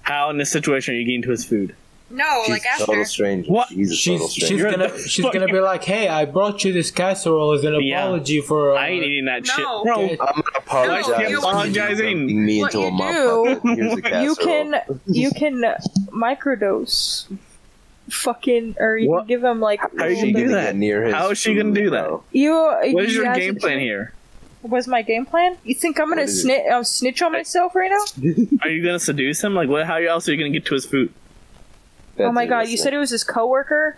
B: How in this situation are you getting to his food?
C: No,
D: She's a total stranger.
B: What?
D: She's a total
A: She's, she's
D: stranger.
B: You're
A: gonna
B: the
A: she's
B: fuck-
A: gonna be like, hey, I brought you this casserole as an
B: Yeah.
A: apology for. Uh,
B: I ain't eating that
C: No.
B: shit, bro.
A: Okay.
D: I'm gonna apologize.
C: No, you-
D: for
B: Apologizing.
D: dumping me
C: What
D: into a
C: you
D: mop
C: do-
D: bucket. Here's a
C: You
D: casserole.
C: can you can microdose fucking or you
B: What?
C: can give him like
D: How is
B: you
D: she
B: do
D: gonna
B: that?
D: get near his
B: How is she gonna do
D: food,
B: that?
D: bro?
C: you
B: What is
C: you
B: your
C: guys-
B: game plan here?
C: What's my game plan? You think I'm gonna
D: What is
C: snitch um, snitch on myself right now?
B: Are you gonna seduce him? Like, what? How else are you gonna get to his food?
D: That
C: oh my
D: didn't
C: god, you
D: listen.
C: said it was his coworker?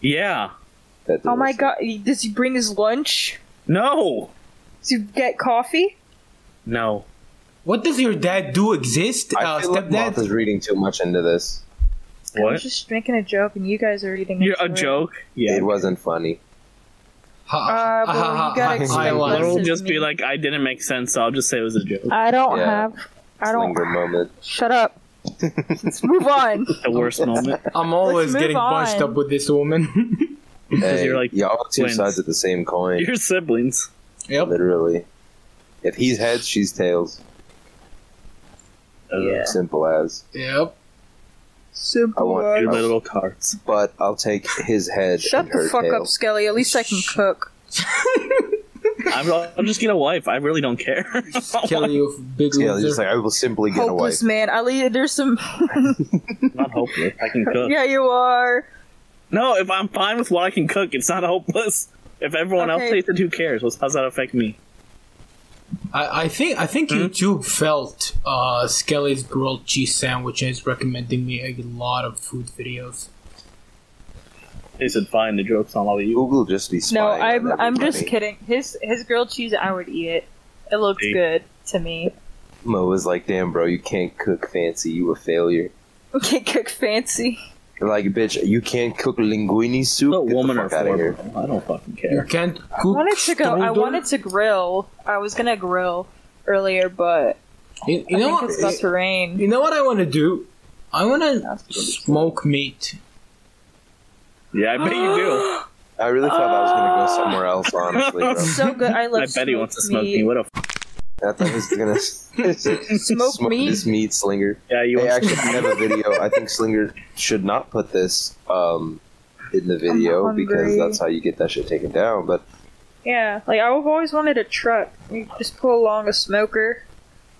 B: Yeah.
D: That didn't
C: Oh my
D: listen.
C: god, does he bring his lunch?
B: No.
C: Does he get coffee?
B: No.
A: What does your dad do exist?
D: I
A: Uh,
D: feel like Moth
A: stepdad?
D: is reading too much into this.
C: I was
B: What?
C: just making a joke and you guys are eating
B: You're
C: into
B: a
C: it.
B: joke.
D: It wasn't funny.
A: Ha-
C: Uh,
A: ha-
C: well,
A: ha-
C: you gotta
A: ha-
C: explain
A: I lied.
C: Bless
B: It'll
C: his
B: just be
C: meat.
B: like I didn't make sense, so I'll just say it was a joke.
C: I don't
D: Yeah.
C: have I don't
D: Linger moment.
C: shut up. Let's move on.
B: The worst moment.
A: I'm always
C: move
A: getting bunched
C: on.
A: up with this woman.
D: Hey,
B: you're like
D: y'all are two
B: twins.
D: sides of the same coin.
B: Your siblings.
A: yep.
D: Literally. If he's heads, she's tails. Uh,
C: Yeah.
D: Simple as.
A: Yep.
D: I
C: Simple.
D: want
C: as-
B: Your little tarts.
D: But I'll take his head.
C: Shut
D: and
C: the
D: her
C: fuck
D: tail.
C: up, Skelly. At least I can cook.
B: I'm, I'll just get a wife. I really don't care.
A: Kill you, big
D: Yeah, he's
A: loser.
D: just like I will simply get away.
C: Hopeless man. I leave. There's some.
B: not hopeless. I can cook.
C: yeah, you are.
B: No, if I'm fine with what I can cook, it's not hopeless. If everyone else
C: Okay.
B: hates it, who cares? What's- How's that affect me?
A: I, I think I think
B: Hmm?
A: you too felt uh, Skelly's grilled cheese sandwich and is recommending me a lot of food videos.
B: They said fine. The joke's on all of you.
D: Google just be
C: No,
D: spying. on
C: I'm. I'm
D: everybody.
C: just kidding. His his grilled cheese. I would eat it. It looked
B: See?
C: good to me.
D: Mo was like, "Damn, bro, you can't cook fancy. You a failure."
C: Okay, cook fancy.
D: Like, bitch, you can't cook linguine soup.
B: A
D: Get
B: woman
D: the
B: or
D: fuck out
B: four.
D: of here.
B: bro. I don't fucking
A: You
B: care.
A: can't
C: I
A: cook.
C: wanted to go. I
A: strudel?
C: wanted to grill. I was gonna grill earlier, but
A: You, you
C: I
A: know
C: think
A: what?
C: it's about to rain.
A: You know what I want to do? I want
C: That's
A: to
C: really
A: smoke meat.
B: Yeah, I bet you do.
D: I really thought I was gonna go somewhere else. Honestly, bro.
C: It's so good. I love.
B: I bet he wants to smoke me.
C: meat.
B: What a f-
D: I thought he was gonna
C: Smoke meat?
D: This meat slinger.
B: yeah. You
D: They
B: want
D: actually have a video. I think Slinger should not put this um, in the video
C: hungry.
D: because that's how you get that shit taken down. But
C: Yeah, like I've always wanted a truck. You just pull along a smoker.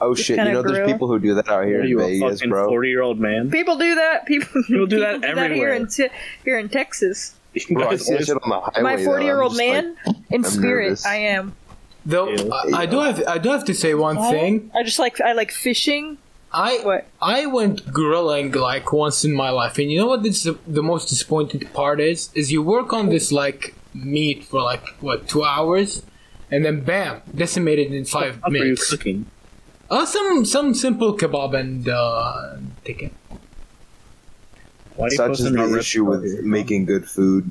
D: oh
C: Just
D: shit, you
C: kinda
D: know there's
C: grill.
D: people who do that out here
B: Are
D: in
B: you a
D: Vegas,
B: fucking
D: bro.
B: forty-year-old man?
C: People do that. People,
B: People do that
C: here
B: everywhere.
C: in te- here in Texas.
B: You
D: Bro, I
B: guys
D: see that
B: always-
D: shit on the highway.
C: My
D: though. I'm
C: forty-year-old
D: just like,
C: man in
D: I'm
C: spirit.
D: nervous.
C: I am.
A: Though
B: Ew.
A: I, I do have I do have to say one thing.
C: I just like I like fishing.
A: I
C: What?
A: I went grilling like once in my life, and you know what? This the, the most disappointing part is is you work on this like meat for like what two hours, and then bam, decimated in five
B: What are you
A: minutes.
B: cooking?
A: Uh, some some simple kebab and uh, chicken.
B: Why are you
D: Such is
B: posting our
D: the
B: rib
D: issue with
B: photos?
D: making good food.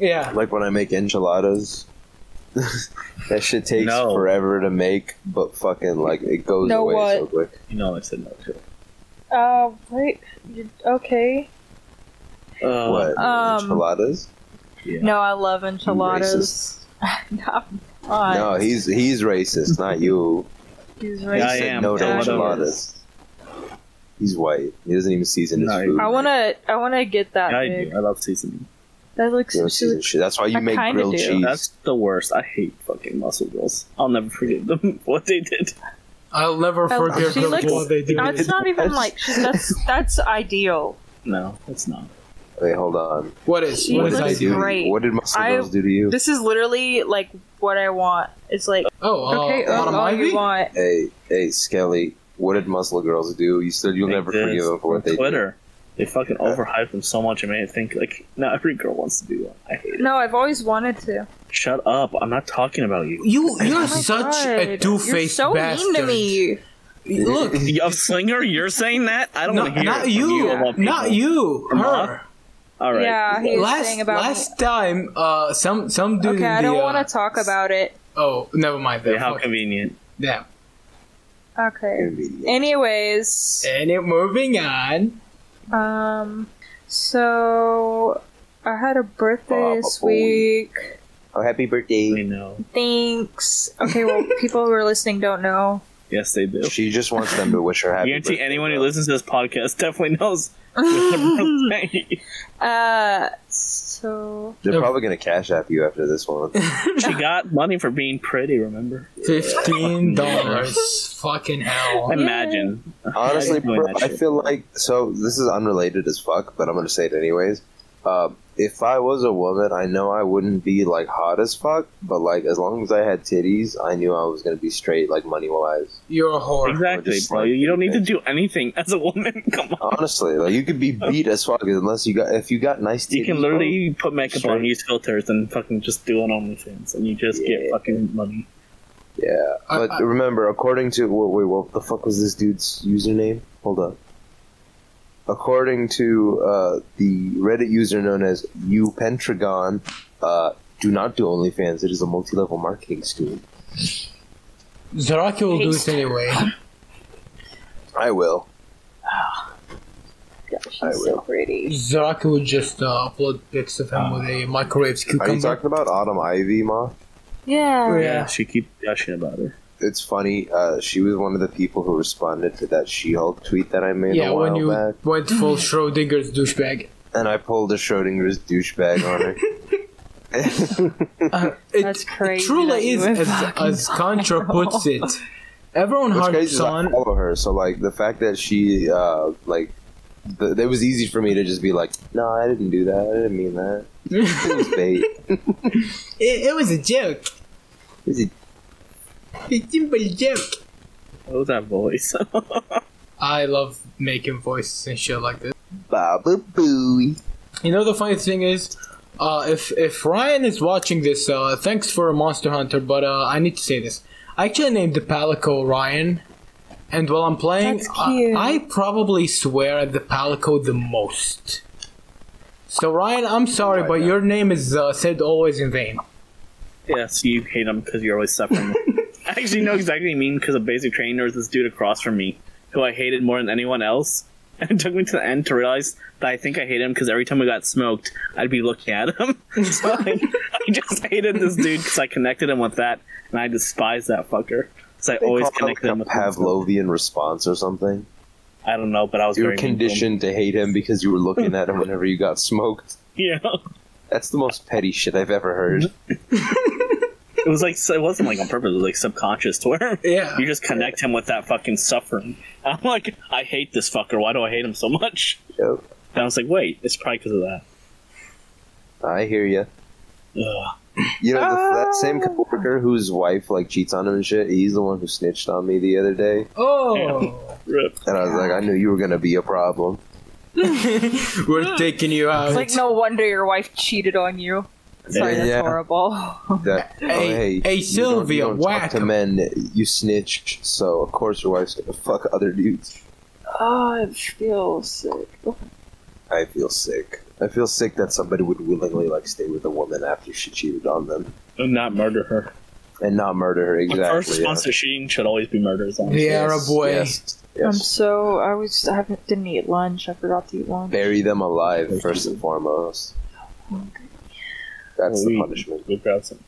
A: Yeah,
D: Like when I make enchiladas, that shit takes
B: No.
D: forever to make, but fucking like it goes
C: Know
D: away so
C: what?
D: quick.
B: You know, I said no to. it.
C: Uh, wait. you okay.
B: Uh,
D: what
C: um,
D: enchiladas?
B: Yeah.
C: No, I love enchiladas. no, I'm not.
D: No, he's he's racist, not you.
C: He's
D: He
B: Yeah,
C: racist.
B: I
D: said
B: am,
D: no to
B: but whatever.
D: enchiladas. He's white. He doesn't even season his
B: No,
D: food.
C: I wanna, I wanna get that
B: I
C: big.
B: do. I love seasoning.
C: That looks
D: You don't
C: so
D: season shit. That's why you
C: I
D: make
C: kinda
D: grilled
C: do.
D: cheese.
B: That's the worst. I hate fucking muscle girls. I'll never forget them what they did.
A: I'll never
C: Oh,
A: forget
C: she
A: the-
C: looks-
A: what they do.
C: No, it's not even
D: That's-
C: like she, that's that's ideal.
B: No, it's not.
D: Wait, hold on.
A: What is
C: She
A: what
D: What
A: is
D: did
C: looks
D: I
A: I
D: do?
A: do?
C: great.
D: To you? What did muscle
C: I-
D: girls do to you?
C: This is literally like what I want. It's like
A: Oh, uh,
C: okay,
A: Autumn
C: Earl, all
A: Ivy?
C: you want.
D: Hey, hey, Skelly. What did muscle girls do? You still, you'll
B: They
D: never
B: did
D: forgive them for what they did.
B: Twitter. They fucking overhyped them so much. It made me think like, not every girl wants to do that. I hate it.
C: No, I've always wanted to.
B: Shut up. I'm not talking about you.
A: You you're
C: Oh my
A: such
C: God,
A: a two faced
C: You're so
A: bastard.
C: mean to me.
A: Look,
B: Of Slinger, you're saying that? I don't
A: not,
B: want to hear
A: not
B: it.
A: you,
B: of all people.
A: not you,
B: From
A: her.
B: All right.
C: Yeah, he- was
A: Last
C: saying about
A: last time, uh, some some dude. in
C: Okay, I
A: the,
C: don't
A: uh,
C: want to talk about it.
A: Oh, never mind.
B: Yeah,
A: That.
B: how
A: Fuck.
B: convenient.
A: Damn.
C: Okay. Anyways,
A: And it moving on.
C: um, so I had a birthday this
D: Probably.
C: week.
D: Oh, happy
B: I
D: birthday.
B: know.
C: Thanks. Okay, well, people who are listening don't know.
B: Yes, they do.
D: She just wants them to wish her
B: I
D: happy
B: guarantee
D: birthday.
B: anyone who
D: bro.
B: listens to this podcast definitely knows. she
C: Uh, so
D: They're probably going to cash app you after this one.
B: got money for being pretty, remember?
A: Fifteen dollars. Fucking hell.
B: Imagine.
D: Honestly,
B: Imagine doing
D: bro,
B: that
D: I
B: shit.
D: feel like so. This is unrelated as fuck, but I'm gonna say it anyways. Uh, if I was a woman, I know I wouldn't be like hot as fuck, but like as long as I had titties, I knew I was gonna be straight, like money wise.
A: You're a whore.
B: Exactly,
D: just
B: bro.
D: like-
B: You don't need to do anything as a woman. Come on.
D: Honestly, like you could be beat as fuck unless you got if you got nice titties.
B: You can
D: bro,
B: literally put makeup
D: Sure.
B: on, use filters, and fucking just do an OnlyFans, and you just
D: Yeah.
B: get fucking money.
D: yeah.
A: I-
D: But
A: I-
D: remember, according to wait, wait, what the fuck was this dude's username? Hold up. According to uh, the Reddit user known as UPentagon, uh, do not do OnlyFans. It is a multi-level marketing scheme.
A: Zaraki will do it anyway.
D: I will.
C: she's
D: I
C: so
D: will.
C: pretty.
A: Zaraki would just uh, upload pics of him with a microwave
D: Ah. Are you
A: cucumber.
D: talking about Autumn Ivy, Ma?
C: Yeah.
A: Yeah.
B: she keep gushing about her.
D: It's funny. Uh, she was one of the people who responded to that She-Hulk tweet that I made
A: Yeah,
D: a while
A: when you
D: back,
A: went full Schrodinger's douchebag.
D: and I pulled a Schrodinger's douchebag on her.
A: Uh, it,
C: That's crazy
A: It
C: that
A: truly
C: you
A: is,
C: went
A: as,
C: fucking
A: as Contra puts it. Everyone
D: What's crazy
A: harps
D: is I
A: on.
D: follow her, so like the fact that she uh like th- it was easy for me to just be like, no, I didn't do that. I didn't mean that. It was bait.
A: It, it was a joke.
D: Is it-
A: It's simple joke.
B: Oh, that voice.
A: I love making voices and shit like this.
D: Baba booey.
A: You know the funny thing is, uh, if if Ryan is watching this, uh, thanks for Monster Hunter, but uh, I need to say this. I actually named the Palico Ryan, and while I'm playing,
C: That's
A: I,
C: cute.
A: I probably swear at the Palico the most. So Ryan, I'm sorry,
D: Right
A: but
D: now.
A: your name is uh, said always in vain.
B: Yeah, so you hate him because you're always suffering. I actually know exactly what you mean because a basic trainer was this dude across from me who I hated more than anyone else. And it took me to the end to realize that I think I hate him because every time we got smoked, I'd be looking at him. so like, I just hated this dude because I connected him with that, and I despise that fucker. So I
D: They
B: always
D: call it,
B: connected him
D: like
B: with
D: a Pavlovian response or something.
B: I don't know, but I was
D: You were
B: very mean to him.
D: conditioned to hate him because you were looking at him whenever you got smoked.
B: Yeah,
D: That's the most petty shit I've ever heard.
B: it was like so- it wasn't like on purpose. It was like subconscious to where
A: Yeah.
B: you just connect him with that fucking suffering. I'm like, I hate this fucker. Why do I hate him so much?
D: Yep.
B: And I was like, wait, it's probably because of that.
D: I hear you.
B: Ugh.
D: You know, the, that
B: Ah.
D: same coworker whose wife like cheats on him and shit. He's the one who snitched on me the other day,
A: Oh,
B: Rip.
D: and I was like, I knew you were gonna be a problem.
A: we're taking you out.
C: It's like no wonder your wife cheated on you. Sorry,
D: Yeah.
C: that's
D: Yeah.
C: horrible.
D: That oh,
A: Hey,
D: hey,
A: hey,
D: you don't-
A: Sylvia,
D: you don't talk
A: whack
D: to
A: him.
D: men. You snitched, so of course your wife's gonna fuck other dudes.
C: Oh, it feels sick. Oh,
D: I feel sick. I feel sick that somebody would willingly like stay with a woman after she cheated on them
B: And not murder her.
D: and not murder her.
B: The
D: Exactly.
B: first
D: yeah.
B: response to cheating should always be murder. is honest.
A: the Arab way.
D: Yes,
C: I'm
D: yes.
C: so I was I haven't didn't eat lunch. I forgot to eat lunch.
D: Bury them alive first and foremost. That's
B: Well,
D: the
B: we-
D: punishment.
B: We grab some.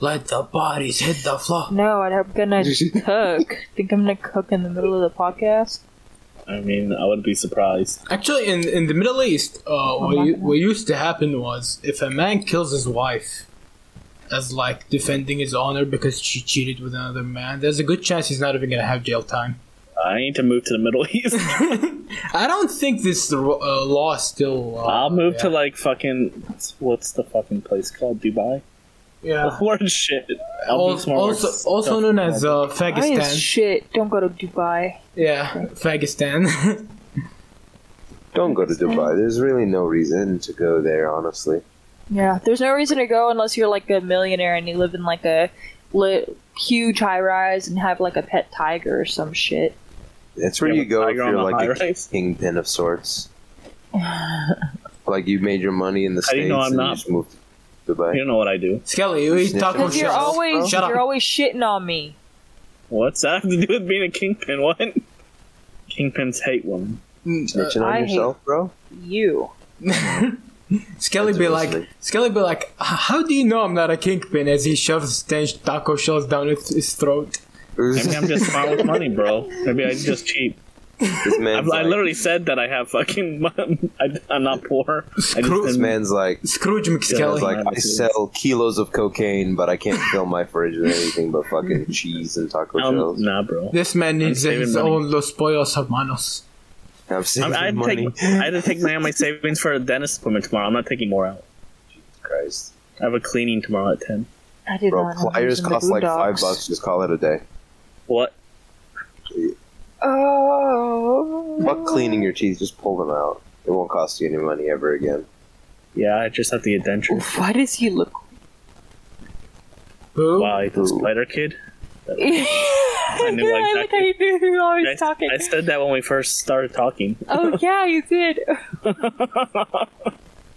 A: Let the bodies hit the floor.
C: No, and I'm gonna cook. Think I'm gonna cook in the middle of the podcast.
B: I mean, I wouldn't be surprised.
A: Actually, in, in the Middle East, uh, what,
C: not
A: u-
C: gonna-
A: what used to happen was if a man kills his wife as like defending his honor because she cheated with another man, there's a good chance he's not even gonna have jail time.
B: I need to move to the Middle East.
A: I don't think this uh, law still. Uh,
B: I'll move to
A: yeah.
B: like fucking what's the fucking place called? Dubai.
A: yeah.
B: Word shit. I'll move
A: Uh, Also,
B: somewhere where
A: also,
B: it's-
A: also known as uh,
C: Why is
A: Fagistan.
C: shit? Don't go to Dubai.
A: Yeah, Fagistan.
D: Don't go to Dubai. There's really no reason to go there, honestly.
C: Yeah, there's no reason to go unless you're like a millionaire and you live in like a li- huge high rise and have like a pet tiger or some shit.
D: That's where
B: Yeah,
D: you
B: but
D: go if
B: tiger on
D: you're
B: the
D: like a
B: high-rise?
D: kingpin of sorts. like you made your money in the
B: How do
D: states
B: you know I'm
D: and
B: not?
D: you just moved to Dubai.
B: You don't know what I do.
A: Skelly, you eat
D: Snitch.
A: taco
D: Well,
C: Because you're
A: shells. Shut
C: always
D: shut up,
A: up.
C: you're always shitting on me.
B: What's that have to do with being a kingpin? What? Kingpins hate women.
A: Mm,
D: Snitching on
C: uh, I hate-
D: yourself, bro.
C: You.
A: uh, Skelly
D: That's
A: be
D: listening.
A: like, Skelly be like, "H- how do you know I'm not a kingpin? As he shoves stenched taco shells down his- his throat.
B: Maybe I'm just smart with money, bro. Maybe I just cheat.
D: this man's
B: I, I
D: like,
B: literally said that I have fucking. mon- I, I'm not poor. I
A: Screw-
D: this
B: just didn't-
D: man's like,
A: Scrooge
D: I
A: McSkelly.
D: was like,
B: Yeah,
D: I
B: this is-
D: sell kilos of cocaine, but I can't fill my fridge with anything but fucking cheese and taco shells.
B: um, nah, bro.
A: this man needs
B: saving
A: his
B: money.
A: own Los Pollos Hermanos.
D: I'm saving
B: I'm, I, had to
D: money.
B: take, I had to take my, my savings for a dentist appointment tomorrow. I'm not taking more out.
D: Christ,
B: I have a cleaning tomorrow at 10.
C: I did
D: bro,
C: not. know he was
D: pliers
C: in the
D: cost like five
C: boondocks.
D: bucks. Just call it a day.
B: What?
C: Oh.
D: Fuck cleaning your teeth. Just pull them out. It won't cost you any money ever again.
B: Yeah, I just have to get dentures.
C: Why does he look?
A: Who?
B: Why, the
D: Ooh.
B: spider kid?
C: I
B: knew
C: I
B: exactly.
C: like how you knew who I
B: I,
C: was talking.
B: I said that when we first started talking. Mm,
C: oh yeah, you did.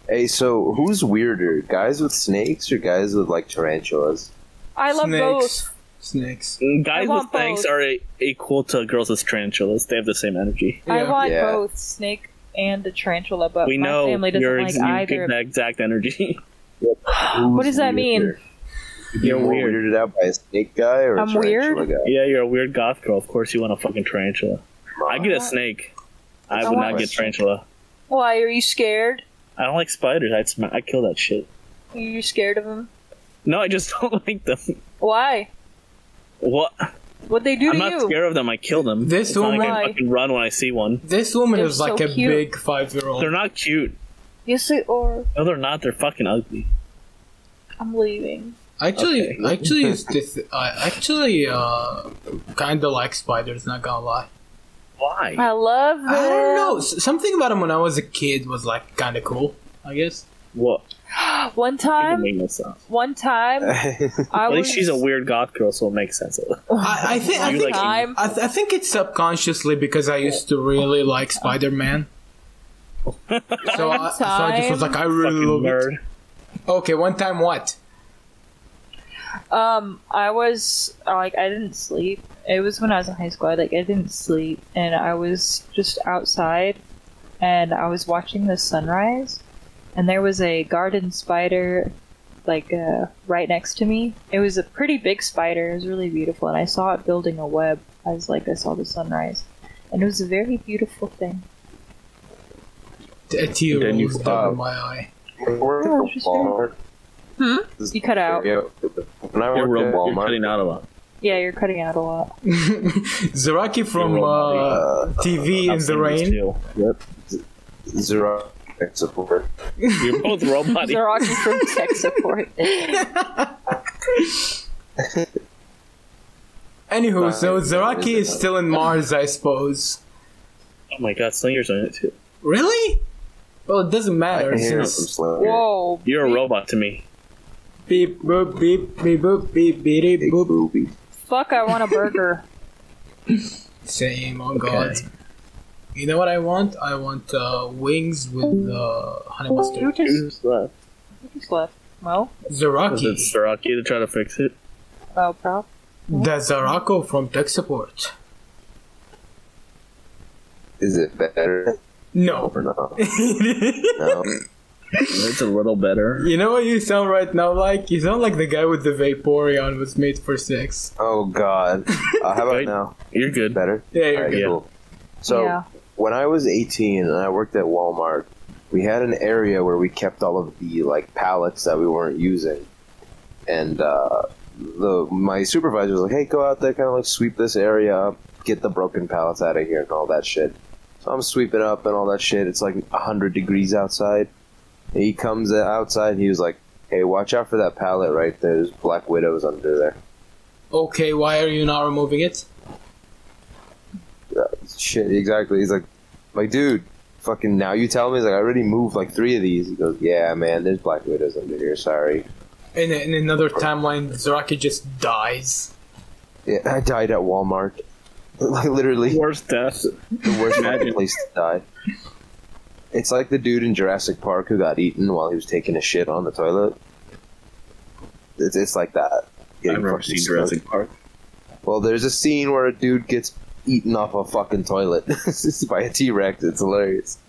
D: Hey, so who's weirder, guys with snakes or guys with like tarantulas?
C: I love
A: Snakes.
C: both.
A: Snakes.
B: Guys with
C: want both.
B: fangs are e- equal to girls with tarantulas. They have the same energy.
C: I
A: Yeah.
C: want
D: Yeah.
C: both snake and a tarantula, but
B: We
C: my
B: know
C: family doesn't
B: you're
C: like
B: ex- you
C: either.
B: get
C: of
B: that exact energy.
C: What does that mean?
D: You're,
B: You're
D: more
B: weird.
D: weirded out by a snake guy or a
C: I'm weird?
D: tarantula guy?
B: yeah, you're a weird goth girl. Of course, you want a fucking tarantula. I get a snake. I
C: I
B: would
C: want-
B: not get tarantula.
C: Why are you scared?
B: I don't like spiders. I'd sm- I kill that shit.
C: Are you scared of them?
B: No, I just don't like them.
C: Why?
B: What?
C: What they do
B: I'm
C: to
B: not
C: you?
B: scared of them. I kill them.
A: This
B: it's not like
C: woman-
B: I fucking run when I see one.
A: This woman
C: They're
A: is like
C: so
A: a
C: cute.
A: big five year old.
B: They're not cute.
C: Yes, they are.
B: No, they're not. They're fucking ugly.
C: I'm leaving.
A: Actually,
B: Okay.
A: actually, it's this, I actually uh, kind of like spiders, not gonna lie.
B: Why?
C: I love them.
A: I don't know. s- Something about them when I was a kid was like kind of cool, I guess.
B: What?
C: One
B: It
C: time,
B: made no sense.
C: one time, I
B: At
C: was.
B: least she's a weird goth girl, so it makes sense.
C: Oh,
A: I, I think I
B: You
A: think,
B: like-
C: Time.
A: I, th- I think it's subconsciously because I used to really like Spider Man. So I, so I just was like, I really
B: Fucking
A: love
B: nerd.
A: it. Okay, one time what?
C: Um, I was uh, like, I didn't sleep. It was when I was in high school. I, like, I didn't sleep, and I was just outside, and I was watching the sunrise, and there was a garden spider, like, uh, right next to me. It was a pretty big spider. It was really beautiful, and I saw it building a web as like I saw the sunrise, and it was a very beautiful thing.
A: A tear
B: Then you-
A: rolls down
D: uh,
A: my eye.
D: When I worked
C: Oh,
D: at
C: interesting.
D: Walmart.
C: Hmm? You cut out.
D: Yeah, when I
B: You're
D: worked
B: real
D: at
B: You're
D: Walmart,
B: cutting out a lot.
C: Yeah, you're cutting out a lot.
A: Zaraki from
D: You're
A: uh,
D: wrong.
A: TV
B: I've
A: in the
B: seen these
A: Rain.
B: two.
D: yep, zero support.
B: You're both robot.
C: Zaraki from tech support.
A: Anywho, so
D: Fine.
A: Zaraki is still in Mars, I suppose.
B: Oh my god, Slinger's in it too.
A: Really? Well, it doesn't
D: I
A: matter.
D: can hear it from
A: since-
D: Slayer.
C: Oh, Whoa.
B: You're a robot to me.
A: Beep boop beep beep boop beep beep
D: Big
A: beep, boop.
D: booby.
C: Fuck! I want a burger.
A: Same. Oh God. You know what I want? I want uh, wings with uh, honey
C: Who
A: mustard.
C: just
B: Who's left?
C: who just left? Mo?
B: Was it
A: Zaraki,
B: Saraki to try to fix it?
C: Oh, prob.
A: the Zarako from tech support.
D: Is it better
A: No.
D: or not?
A: you
D: No.
B: It's a little better.
A: know what you sound right now like? You sound like the guy with the Vaporeon was made for sex.
D: Oh God. Uh, how about
B: Right.
D: now?
B: You're good.
D: Better.
A: Yeah, you're
D: Alright,
A: good.
B: Yeah.
D: cool. So
C: yeah.
D: when I was 18 and I worked at Walmart, we had an area where we kept all of the like pallets that we weren't using, and uh, the my supervisor was like, "Hey, go out there, kind of like sweep this area up, get the broken pallets out of here, and all that shit." So I'm sweeping up and all that shit. It's like 100 degrees outside. And he comes outside and he was like, "Hey, watch out for that pallet right there. There's black widows under there."
A: Okay, why are you not removing it?
D: Shit, exactly. He's like, like, dude, fucking now you tell me. He's like, I already moved like three of these. He goes, yeah, man, there's Black Widows under here. Sorry.
A: In, in another timeline, Zaraki just dies.
D: Yeah, I died at Walmart. Like, literally,
B: Worst death.
D: the worst fucking
B: Imagine.
D: place to die. It's like the dude in Jurassic Park who got eaten while he was taking a shit on the toilet. It's, it's like that.
B: I've
D: Getting
B: never
D: fucking
B: seen
D: smoked.
B: Jurassic Park.
D: Well, there's a scene where a dude gets eaten off a fucking toilet by a T Rex. It's hilarious.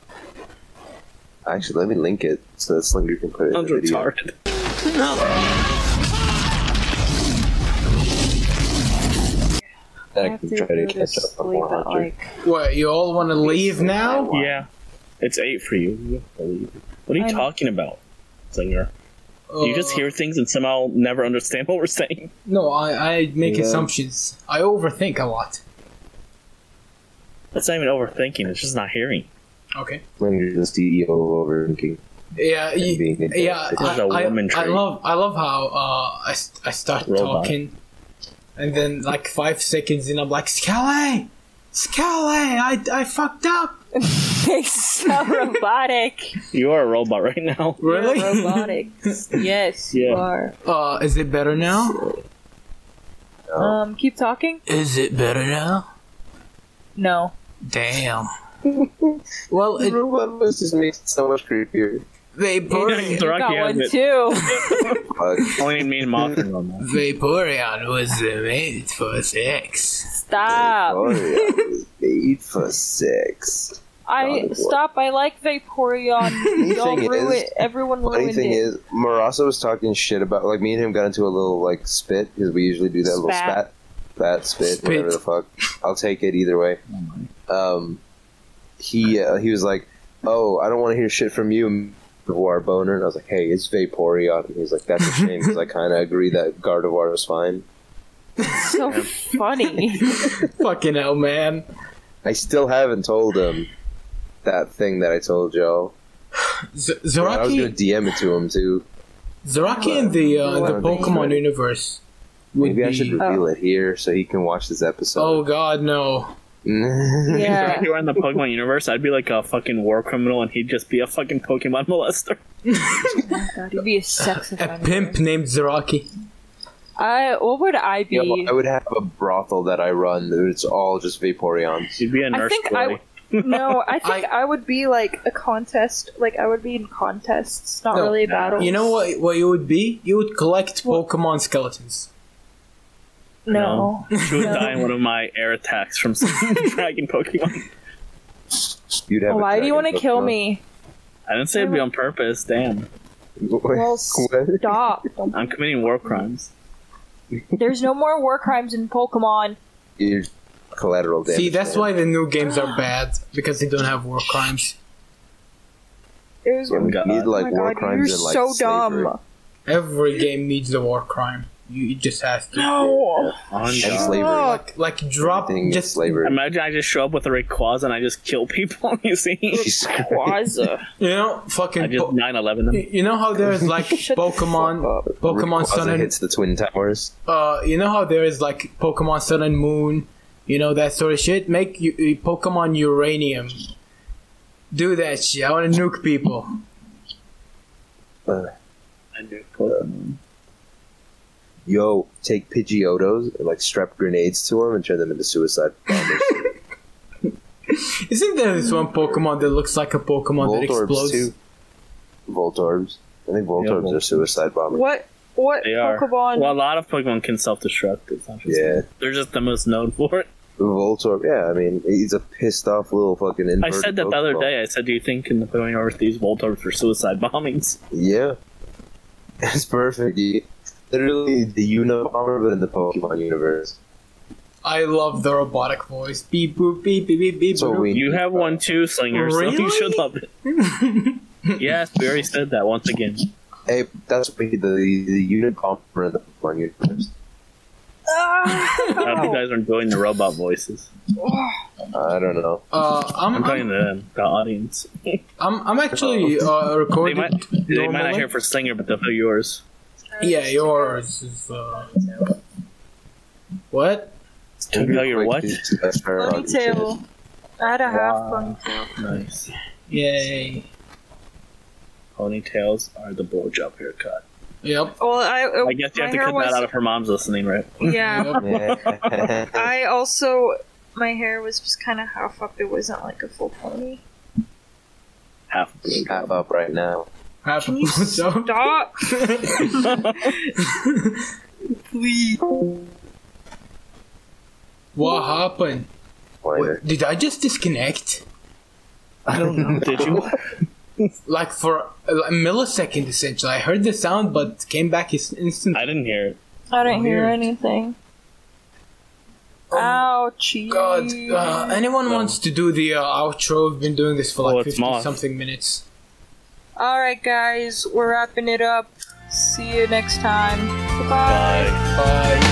D: Actually, let me link it so that Slinger can put it in
B: Sounds
D: the video.
B: retarded.
C: I
D: That I
C: have
D: can
C: to
D: try
C: go
D: to
C: to
D: catch up
C: sleep
D: on
C: at
D: 100.
C: like
A: What, you all want to leave now?
B: Yeah. It's eight for you. You have to leave. What are you
C: I know.
B: talking about, Slinger? you just
A: Uh,
B: hear things and somehow never understand what we're saying.
A: No, I, I make
D: Yeah.
A: assumptions. I overthink a lot.
B: That's not even overthinking. It's just not hearing.
A: Okay.
D: Slinger's the CEO of Overthinking.
A: Yeah.
D: And
A: you-
D: being a-
A: yeah.
D: This
A: I,
B: is a
A: I-
B: woman
A: I,
B: trait.
A: love. I love how uh, I, st- I start
B: Robot.
A: talking, and then like five seconds in, I'm like, Scale, Scale, I I fucked up.
C: they so robotic.
B: You are a robot right now.
A: Really?
C: Robotics. Yes, you
B: Yeah.
C: are.
A: uh, is it better now?
D: Oh.
C: Um, keep talking.
A: Is it better now?
C: No.
A: Damn. well,
D: The
A: it,
D: robot voice just makes it so much creepier.
A: Vaporeon,
B: Rocky
C: got
B: has
C: one
B: it.
C: too.
D: Fuck.
B: Only me and Moth are on that.
A: Vaporeon was made for sex.
C: Stop.
D: Oh, yeah. it was Eight for six.
C: I
D: God.
C: stop. I like Vaporeon. Y'all
D: Anything
C: ruined
D: is-
C: it. Everyone
D: Funny
C: ruined
D: thing
C: it.
D: is, Marasa was talking shit about like me and him got into a little like spit because we usually do that little
C: Spat.
D: spat, spat, spit,
A: Spit. Oh
D: whatever the fuck. I'll take it either way. Um, he uh, he was like, "Oh, I don't want to hear shit from you, Gardevoir boner," and I was like, "Hey, it's Vaporeon." And he was like, "That's a shame because I kind of agree that Gardevoir is fine."
C: so funny.
A: Fucking hell, man.
D: I still haven't told him that thing that I told y'all.
A: Z-
D: Yeah, I was
A: Zoraki-
D: gonna DM it to him too.
A: Zaraki in the uh, in
D: Well,
A: the
D: I think
A: Pokemon
D: so.
A: universe. would
D: Maybe I
A: be-
D: should reveal it here so he can watch this
A: Oh
D: episode.
A: God, no!
C: Yeah.
A: Oh.
B: If you were in the Pokemon universe, I'd be like a fucking war criminal and he'd just be a fucking Pokemon molester.
C: Oh God, you'd be a sex
A: A
C: offender.
A: pimp named Zeraki.
C: I. What would I be?
D: Yeah, but I would have a brothel that I run. that It's all just Vaporeons.
B: You'd be a
C: I
B: nurse
C: think I
B: boy.
C: w- no, I think
A: I-
C: I, would be like a contest. Like I would be in contests, not
A: No,
C: really
B: no.
C: battles.
A: You know what? What you would be? You would collect Pokemon skeletons.
C: No.
B: She would die in one of my air attacks from some dragon Pokemon.
D: You'd have. a
C: Why do you
D: dragon
C: want to kill
D: Pokemon.
C: me?
B: I didn't say it'd be on purpose. Damn,
C: Well,
D: What?
C: stop. Don't-
B: I'm committing war crimes.
C: There's no more war crimes in Pokemon.
D: You're collateral damage.
A: See, that's
D: man.
A: why the new games are bad because they don't have war crimes.
C: There's.
D: Yeah,
C: oh
D: we
B: God.
D: need like
C: my
D: war
C: God,
D: crimes
C: you're
D: and like
C: so
D: slavery.
C: dumb.
A: Every game needs a war crime. You, you just have to.
C: No.
B: On
D: And
B: God.
D: slavery.
C: Fuck.
A: Like, like drop
D: Everything is
A: just
D: slavery.
B: Imagine I just show up with a Rayquaza and I just kill people. You see,
D: Jesus Christ.
C: Quaza.
A: you know
B: I
A: fucking.
B: just
A: po-
B: 9/11 them.
A: you you know how there is like
C: Shut the
A: Pokemon, Pokemon
D: Rayquaza
A: Sun and
D: hits the twin towers.
A: uh, you know how there is like Pokemon Sun and Moon, you know that sort of shit. Make you, uh, Pokemon Uranium. Do that shit. I want to nuke people.
D: Uh,
B: I do Pokemon.
D: yo, take Pidgeotos and like strap grenades to them and turn them into suicide bombers.
A: Isn't there this one Pokemon that looks like a Pokemon that
D: Voltorbs
A: explodes?
D: too. Voltorbs. I think Voltorbs are
B: Voltorbs.
D: suicide bombers.
C: What? What
B: They are.
C: Pokemon?
B: Well, a lot of Pokemon can self-destruct. It's not just
D: Yeah.
B: They're just the most known for it.
D: Voltorb, yeah, I mean, he's a pissed off little fucking
B: I
D: inverted
B: said that the other
D: Pokeball.
B: day. I said, "Do you think in the Pokemon Earth these Voltorbs were suicide bombings?"
D: Yeah. It's perfect. He, literally the Unabomber, but in the Pokemon universe.
A: I love the robotic voice. Beep boop beep beep beep beep.
D: That's what
A: boop.
D: we
B: You
D: need,
B: have
D: bro.
B: one too, Slinger. So you
A: Really?
B: should love it. yes, we already said that once again.
D: Hey, that's what we need, the, the Unabomber in the Pokemon universe.
C: Ah,
B: I don't think you guys are doing the robot voices.
D: I don't know.
A: Uh,
B: I'm
A: I'm,
B: talking
A: I'm,
B: to them, the audience.
A: I'm, I'm actually uh,
B: They
A: recording.
B: might, they might not
A: normally.
B: hear for Slinger, but they'll hear yours.
A: Yeah, yours is. Uh... What?
B: They'll hear your
D: Quick,
B: what?
D: these two guys are on shit.
C: ponytail. I had a half ponytail.
B: Nice.
A: Yay!
B: Ponytails are the blowjob haircut.
A: Yep.
C: Well, I. uh,
B: I guess you
C: my
B: have to
C: hair
B: cut
C: was,
B: that out if her mom's listening, right?
C: Yeah.
A: Yep.
D: Yeah.
C: I also my hair was just kind of half up. It wasn't like a full pony.
B: Half a
D: Half
B: blowjob.
D: up right now.
A: Half
C: Can you stop? Please.
A: What happened?
D: Why
A: Wait, did I just disconnect?
B: I don't know. Did you?
A: Like for a millisecond, essentially. I heard the sound, but came back is- instantly.
B: I didn't hear it.
C: I don't hear
A: Weird.
C: anything. Ouchie.
A: Oh God, uh, anyone wants to do the uh, outro? We've been doing this for
B: Oh,
A: like
B: it's
A: 50
B: Moth.
A: something minutes.
C: All right, guys, we're wrapping it up. See you next time. Bye.
B: Bye.
A: Bye.